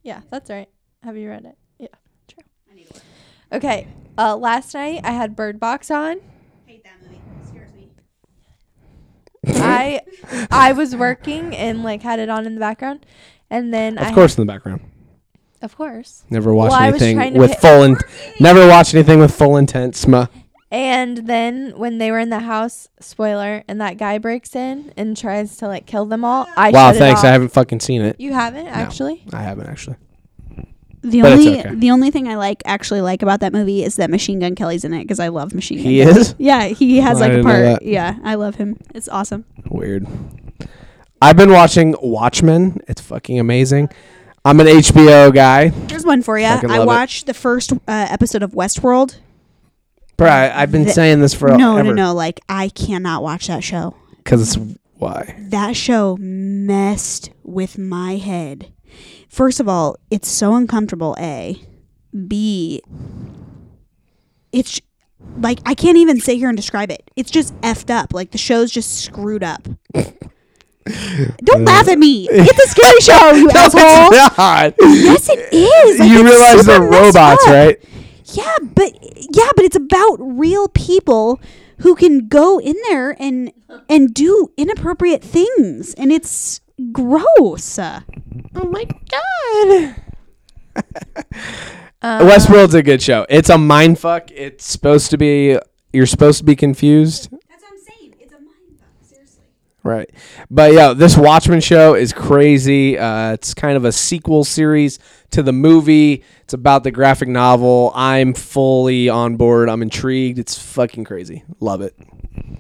Yeah, that's right. Have you read it? Yeah, true. Okay. Uh, last night I had Bird Box on. I I was working and like had it on in the background, and then I
Of course, in the background.
of course,
Never watch
Well, I was trying
anything
to
with
hit-
full.
[LAUGHS]
In- never watch anything with full intent. Sma.
And then when they were in the house, spoiler, and that guy breaks in and tries to like kill them all. I
Wow.
shut it
Thanks.
off.
I haven't fucking seen it.
You haven't actually.
I haven't actually.
The
But it's
only
okay.
the only thing I like actually like about that movie is that Machine Gun Kelly's in it because I love Machine Gun.
He
Kelly.
is?
Yeah, he has
I
like a
didn't know
part.
that.
Yeah, I love him. It's awesome.
Weird. I've been watching Watchmen. It's fucking amazing. I'm an HBO guy.
Here's one for you.
Fucking
I
love it.
watched the first uh, episode of Westworld.
Bro, I, I've been
The-
saying this for
no,
ever.
no, no. Like I cannot watch that show.
Because it's why?
That show messed with my head. First of all, it's so uncomfortable. A, B. It's like I can't even sit here and describe it. It's just effed up. Like the show's just
[LAUGHS]
screwed up. Don't laugh at me. It's
[LAUGHS]
a scary show, you asshole.
It's not.
Yes, it is. Like,
you
it's
realize
super
they're
messed
robots,
up.
right?
Yeah, but yeah, but it's about real people who can go in there and and do inappropriate things, and it's gross.
Oh my god. [LAUGHS] Um, Westworld's a good show. It's a mind fuck. It's supposed to be you're supposed to be confused. Right. But yeah, this Watchmen show is crazy. Uh, it's kind of a sequel series to the movie. It's about the graphic novel. I'm fully on board. I'm intrigued. It's fucking crazy. Love it.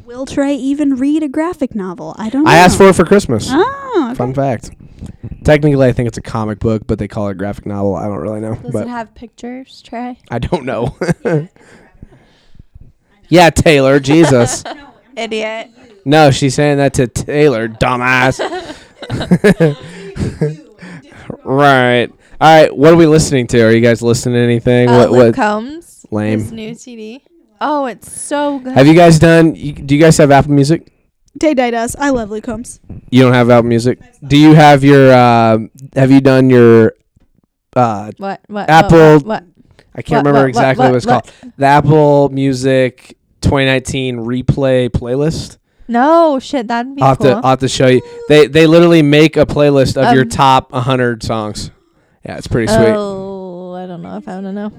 Will Trey even read a graphic novel? I don't.
I
know.
asked for it for Christmas.
Oh, okay.
Fun fact. Technically, I think it's a comic book, but they call it graphic novel. I don't really know.
Does
but
it have pictures, Trey?
I don't know. [LAUGHS] yeah, Taylor,
[LAUGHS]
Jesus.
Idiot.
no, she's saying that to Taylor,
[LAUGHS]
dumbass. right. All right. What are we listening to? Are you guys listening to anything?
Uh,
what?
Luke
What?
Combs.
lame.
His new CD. Oh, it's so good.
Have you guys done? You, do you guys have Apple Music?
Tay Day does. I love Luke Combs.
You don't have Apple Music. Do you have your? Uh, have you done your? Uh,
what? What? what,
Apple-
What? what?
I can't
What,
remember
what, what,
exactly what,
what,
it's
what?
called. The Apple Music 2019 replay playlist.
No shit. That'd be
I'll have,
cool.
to, I'll have to show you. They they literally make a playlist of your
Um,
top 100 songs. Yeah, it's pretty sweet.
oh, I don't know if I want to know.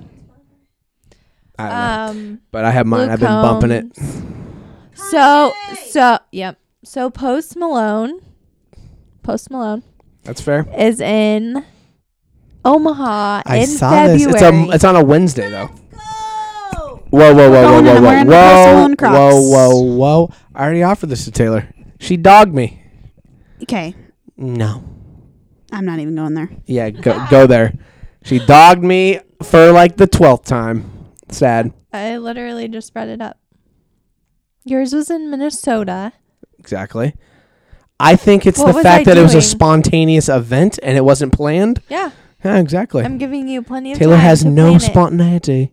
I don't know.
Um.
But I have mine.
Luke
I've been bumping it.
Combs. So so yep. So Post Malone, Post Malone
That's fair.
is in Omaha
I
in
saw
February.
this. It's a it's on a Wednesday though. Whoa whoa whoa whoa
going
whoa
and
whoa
I'm wearing the Post
whoa
Malone Crocs.
whoa whoa whoa! I already offered this to Taylor. She dogged me.
Okay,
No.
I'm not even going there.
Yeah, go go there. She dogged me for like the twelfth time. Sad.
I literally just read it up. Yours was in Minnesota.
Exactly. I think it's
What
the
was
fact
I
that it was a
doing?
spontaneous event and it wasn't planned.
Yeah,
Yeah, exactly.
I'm giving you plenty of
Taylor
time
has
to
no
plan it.
spontaneity.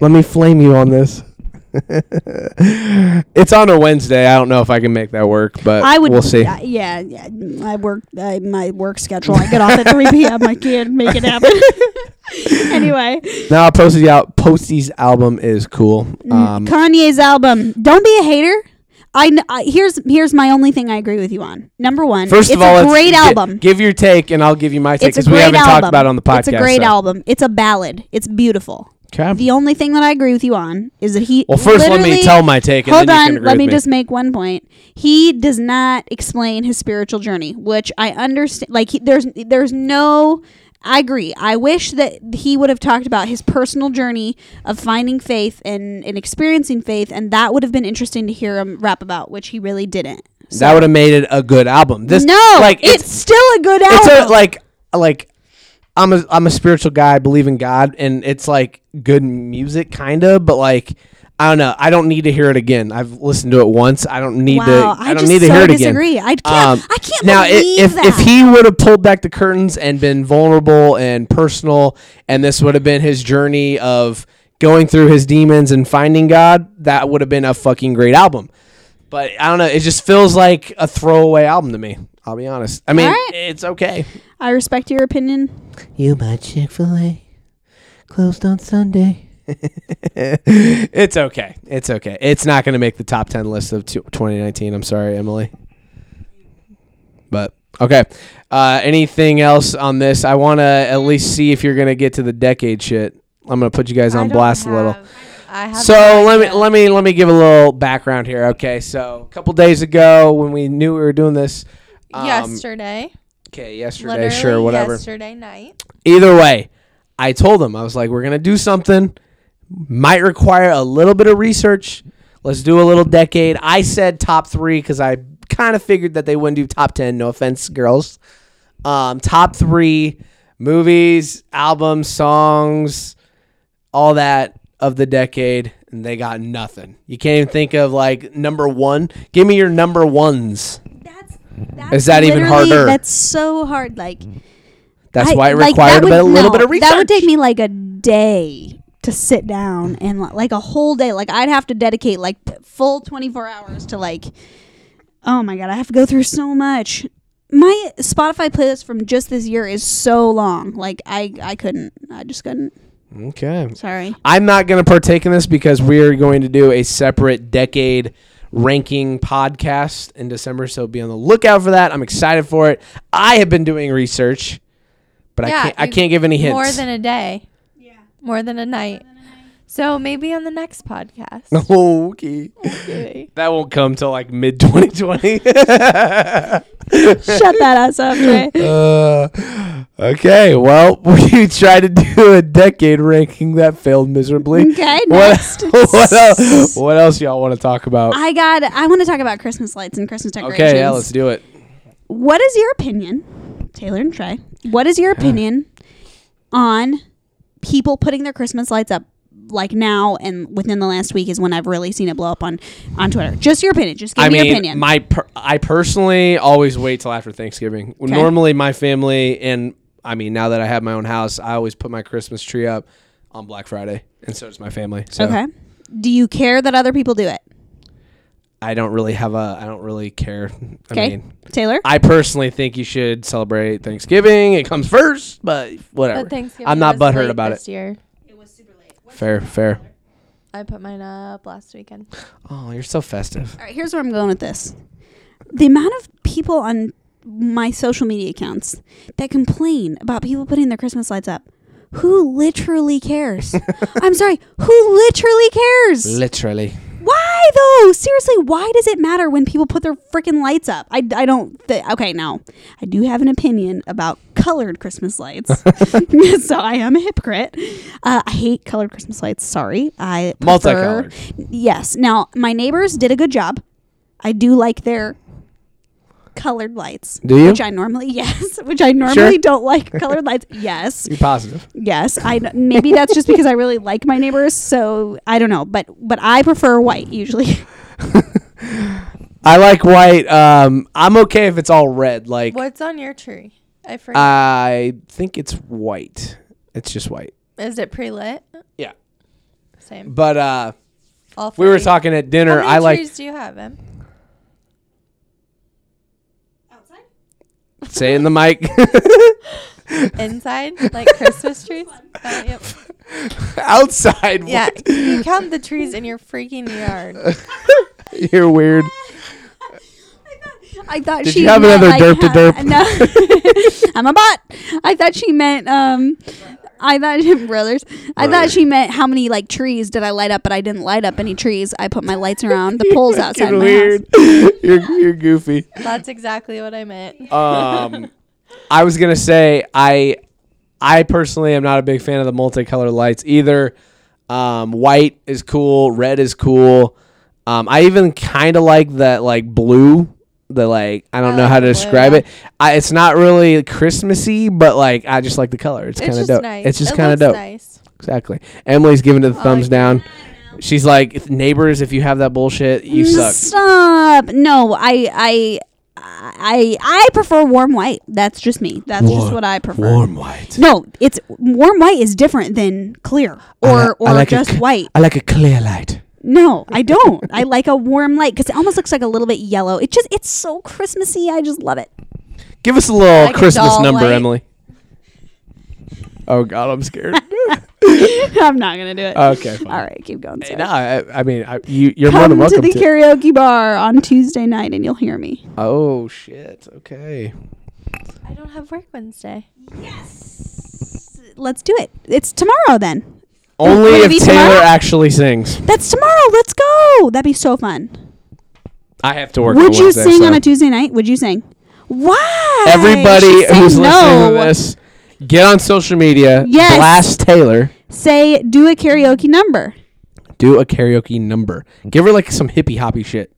Let me flame you on this. [LAUGHS] it's on a Wednesday. I don't know if I can make that work, but
I would.
we'll see.
I- yeah, yeah. I work. I, my work schedule. I get off at 3 p.m. I can't make
[LAUGHS]
it happen. anyway,
now, Posey's out. Posey's album is cool.
Mm-hmm.
Um,
Kanye's album. Don't be a hater. I, kn- I here's here's my only thing I agree with you on. Number one,
first
it's
of all,
a
let's
great
gi-
album.
give your take, and I'll give you my take
it's a
because we
great
haven't
album.
talked about it on the podcast.
It's a great
so-
album. It's a ballad. It's beautiful.
Okay.
The only thing that I agree with you on is that he.
well, first, let me
literally-
tell my take. And
Hold
then you can
on,
agree
let
with
me just make one point. He does not explain his spiritual journey, which I understand. Like, he, there's there's no. I agree. I wish that he would have talked about his personal journey of finding faith and, and experiencing faith, and that would have been interesting to hear him rap about, which he really didn't.
that would have made it a good album. This
no,
like
it's, still a good album.
it's a like like I'm a I'm a spiritual guy, I believe in God, and it's like good music, kind of, but like I don't know. I don't need to hear it again. I've listened to it once. I don't need
Wow,
to. I,
I
don't
just
need to
so
hear it
disagree.
again. Um,
I can't- I can't
now, i-
believe
if
that.
if he would have pulled back the curtains and been vulnerable and personal, and this would have been his journey of going through his demons and finding God, that would have been a fucking great album. But I don't know. It just feels like a throwaway album to me. I'll be honest. I mean,
right.
it's okay.
I respect your opinion.
You buy Chick fil A. Closed on Sunday. it's okay. It's okay. It's not going to make the top 10 list of two- 2019. I'm sorry, Emily. But, okay. Uh, anything else on this? I want to at least see if you're going to get to the decade shit. I'm going to put you guys on blast a little.
I have
So let me let me let me give a little background here. Okay, so a couple days ago when we knew we were doing this, um,
yesterday,
okay, yesterday,
literally
sure, whatever.
yesterday night.
Either way, I told them I was like, we're gonna do something. Might require a little bit of research. Let's do a little decade. I said top three because I kind of figured that they wouldn't do top ten. No offense, girls. Um, top three movies, albums, songs, all that of the decade, and they got nothing. You can't even think of like number one. Give me your number ones.
That's, that's
Is that even
literally-
harder?
That's so hard. Like
That's
I-
why it
like,
required
that
a,
would-
bit, a little
no,
bit of research.
That would take me like a day to sit down and li- like a whole day. Like I'd have to dedicate like t- full 24 hours to like oh my god, I have to go through so much. My Spotify playlist from just this year is so long. Like I I couldn't. I just couldn't.
Okay. [LAUGHS]
Sorry.
I'm not going to partake in this because we are going to do a separate decade ranking podcast in December. So be on the lookout for that. I'm excited for it. I have been doing research, but I can't. I
you-
can't give any hints.
More
[LAUGHS]
than a day. Yeah. More than a night. So maybe on the next podcast.
Oh, okay.
Okay.
[LAUGHS] That won't come till like mid
[LAUGHS]
2020.
Shut that ass up, Trey.
[LAUGHS] uh, okay. Well, [LAUGHS] we tried to do a decade ranking that failed miserably.
Okay,
What,
[LAUGHS]
next.
[LAUGHS] what, else, what else y'all want to talk about?
I got I want to talk about Christmas lights and Christmas decorations.
Okay, yeah, let's do it.
what is your opinion, Taylor and Trey? What is your opinion on people putting their Christmas lights up like now and within the last week is when I've really seen it blow up on on Twitter. Just your opinion. Just give
I
me
mean,
your opinion.
my per- I personally always wait till after Thanksgiving. Normally, my family and I mean, now that I have my own house, I always put my Christmas tree up on Black Friday, and so does my family. So
okay. Do you care that other people do it?
I don't really have a I don't really care. I
Okay.
mean,
Taylor?
I personally think you should celebrate Thanksgiving. It comes first, but whatever.
But Thanksgiving
I'm not
was
butthurt
late
about
this
it.
year.
Fair, fair.
I put mine up last weekend.
Oh, you're so festive.
All right, here's where I'm going with this. The amount of people on my social media accounts that complain about people putting their Christmas lights up. Who
[LAUGHS]
literally cares? I'm sorry. Who literally cares?
Literally.
Why though? Seriously, why does it matter when people put their freaking lights up? I, I don't. Th- okay, now I do have an opinion about colored
[LAUGHS]
Christmas lights, [LAUGHS] so I am a hypocrite. Uh, I hate colored Christmas lights. Sorry, I prefer-
Multicolored.
Yes. Now my neighbors did a good job. I do like their colored lights.
Do you?
Which I normally [LAUGHS] yes. Which I normally don't like colored lights. Yes.
You're positive.
Yes, I kn- maybe that's just because I really like my neighbors, so I don't know, but but I prefer white usually.
I like white. Um, I'm okay if it's all red. Like
What's on your tree? I forgot.
I think it's white. It's just white.
Is it pre lit?
Yeah.
Same.
But uh,
All
we were
three.
talking at
How
dinner.
many
I like
[LAUGHS] trees do you have, Em?
say in the mic. [LAUGHS]
Inside, like Christmas trees. Oh, yep.
outside.
Yeah,
what? [LAUGHS]
you count the trees in your freaking yard.
You're weird.
I thought
Did
she
you have
meant,
another
like,
derp to
ha-
derp?
No. [LAUGHS] I'm a bot. I thought she meant um I thought [LAUGHS] brothers. I thought she meant how many like trees did I light up, but I didn't light up any trees. I put my lights around the
[LAUGHS]
poles outside
You're
my
weird.
house.
[LAUGHS] you're you're goofy.
That's exactly what I meant.
Um,
[LAUGHS]
I was gonna say I, I personally am not a big fan of the multicolored lights either. Um, white is cool, red is cool. Um, I even kind of like that like blue. The like I don't
I
know
like
how
Oh, the
to
blue,
describe
yeah.
it. I, it's not really Christmassy, but like I just like the color. It's
It's
kind of
just
dope.
nice.
It's just
It
kind of
looks
dope.
Nice. Oh,
Exactly. Emily's giving it the thumbs
like
down. She's like "If neighbors. If you have that bullshit,
Mm.
you suck.
Stop. No, I I I I prefer warm white. That's just me. That's just what I prefer.
white.
No, it's warm white is different than clear or or just white.
I like a clear light.
No, I don't. I like a warm light because it almost looks like a little bit yellow. It just it's so Christmassy. I just
[LAUGHS]
love it.
Give us a little
Like a
Christmas
doll
number,
light.
Emily. Oh God, I'm
[LAUGHS]
scared.
I'm not gonna do it.
okay. Fine.
All right, keep going.
Hey,
sorry.
no, I, I mean, I, you, you're more
Come
than
to
welcome
the
to.
karaoke bar on Tuesday night and you'll hear me.
oh shit. Okay.
I don't have work Wednesday.
Let's do it. It's tomorrow then.
Only
Will it be
if Taylor
tomorrow?
actually sings.
That's tomorrow. Let's go. That'd be so fun.
I have to work.
Would
on
you
Wednesday,
sing
so.
on a Tuesday night? Would you sing? Why?
Everybody
She said
who's listening
no.
to this, Get on social media.
Yes.
Blast Taylor.
Say, do a karaoke number.
Do a karaoke number. Give her like some hippie hoppy shit.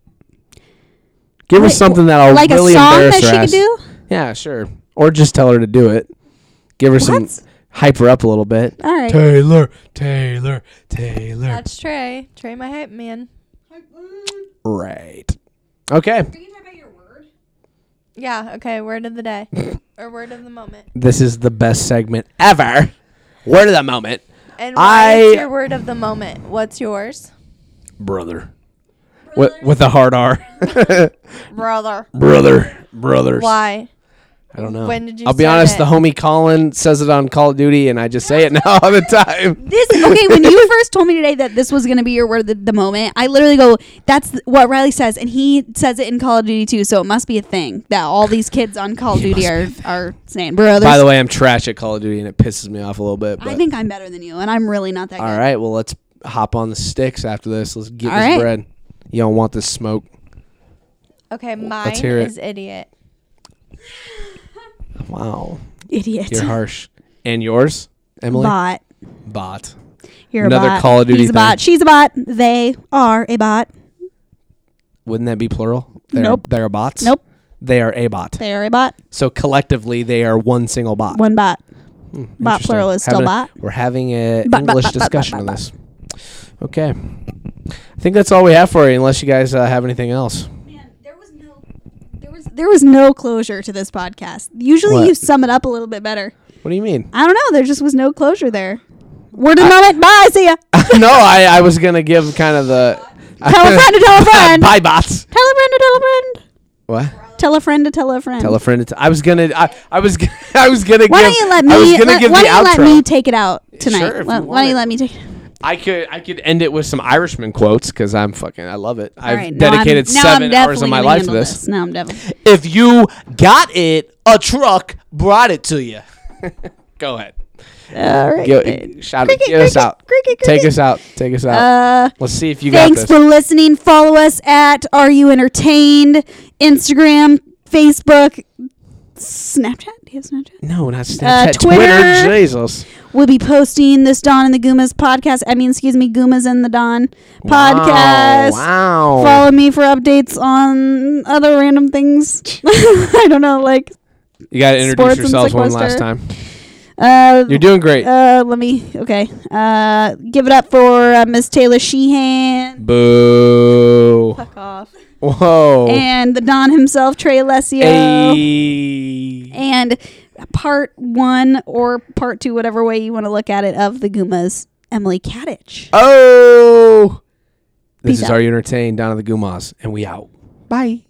Give her
Wait,
something that'll
like
really
a song
embarrass
that she
her
could
ass.
do?
Yeah, sure. Or just tell her to do it. Give her some
What?
hype her up a little bit.
All right.
Taylor, Taylor, Taylor.
That's Trey. Trey, my hype man.
Right. Okay.
Yeah. Okay. Word of
[LAUGHS]
the day or word of the moment.
This is the best segment ever. Word of the moment.
And what's
I-
your word of the moment? What's yours,
Brother. With, with a hard R.
brother?
Brother. Brothers.
Why?
I don't know.
When did you
I'll be
start
honest,
it?
the homie Colin says it on Call of Duty and I just say it [LAUGHS] now all the time.
This okay? When you [LAUGHS] first told me today that this was going to be your word the, the moment, I literally go, "That's th- what Riley says," and he says it in Call of Duty too. So it must be a thing that all these kids on Call of Duty are are saying, "Bro,
By the way, I'm trash at Call of Duty and it pisses me off a little bit. But
I think I'm better than you, and I'm really not that
all
good."
right, well let's hop on the sticks after this. Let's get
All
this
right.
bread. You don't want this smoke.
Okay, mine
let's hear it.
is idiot.
Wow.
Idiot. [LAUGHS]
You're harsh. And yours, Emily?
bot.
Bot.
You're
Another
a bot.
Call of Duty
He's a bot.
thing.
She's a bot. They are a bot.
Wouldn't that be plural? They're,
Nope.
They're bots?
Nope.
They are a bot.
They are a bot.
So collectively, they are one single bot.
One bot. bot
Hmm, Interesting.
plural is still
Having a-
bot.
We're having an
Bot, bot,
English
bot, bot,
discussion
bot,
on
bot,
this. Okay. I think that's all we have for you, unless you guys uh, have anything else.
Man, there was no, there was there was no closure to this podcast. Usually,
What?
you sum it up a little bit better.
What do you
[LAUGHS]
mean?
I don't know. There just was no closure there. Word of the moment. Bye.
[LAUGHS]
See ya.
no, I, I was going to give kind of the.
Tell a
[LAUGHS]
friend to tell a friend.
Bye, bots.
Tell a friend to tell a friend.
What?
Tell a friend to tell a friend.
Tell a friend. To t- I was gonna. I, I was. Gonna, [LAUGHS] I was gonna.
why
give,
don't you let
I was
me?
gonna
Let,
give
why
the
don't you
outro.
let me take it out tonight?
Sure, if
Why-
you
why
want
don't
it.
you let me take? it
I could I could end it with some Irishman quotes because I'm fucking I love it. I've
All right, now I'm-
dedicated
now I'm
seven hours
definitely
of my
gonna
life to
handle
this.
Now I'm definitely.
If you got it, a truck brought it to you. [LAUGHS] Go ahead.
All right.
Give, shout it.
Cricket,
Get us
cricket,
out.
cricket,
Take
cricket.
us out. Take us out.
Uh,
Let's see if you got
Thanks
this.
for listening. Follow us at Are You Entertained? Instagram, Facebook, Snapchat. Do you have Snapchat?
no, not Snapchat. Twitter.
uh, Twitter.
Jesus.
We'll be posting this Dawn and the Goomas podcast. I mean, excuse me, Goomas and the Dawn podcast.
Oh, Wow. wow.
Follow me for updates on other random things. [LAUGHS] I don't know, like
you got to introduce
sports and
yourselves one last
sequester.
time.
uh,
You're doing great.
uh, let me okay. Uh, give it up for uh, Miss Taylor Sheehan. [LAUGHS]
Boo.
Fuck off.
Whoa.
And the Don himself, Trey Alessio.
Ayy.
and part one or part two, whatever way you want to look at it, of the Goomas, Emily Kadich.
Oh. This is
Peace out.
Are You Entertained? Down of the Gumas, and we out.
Bye.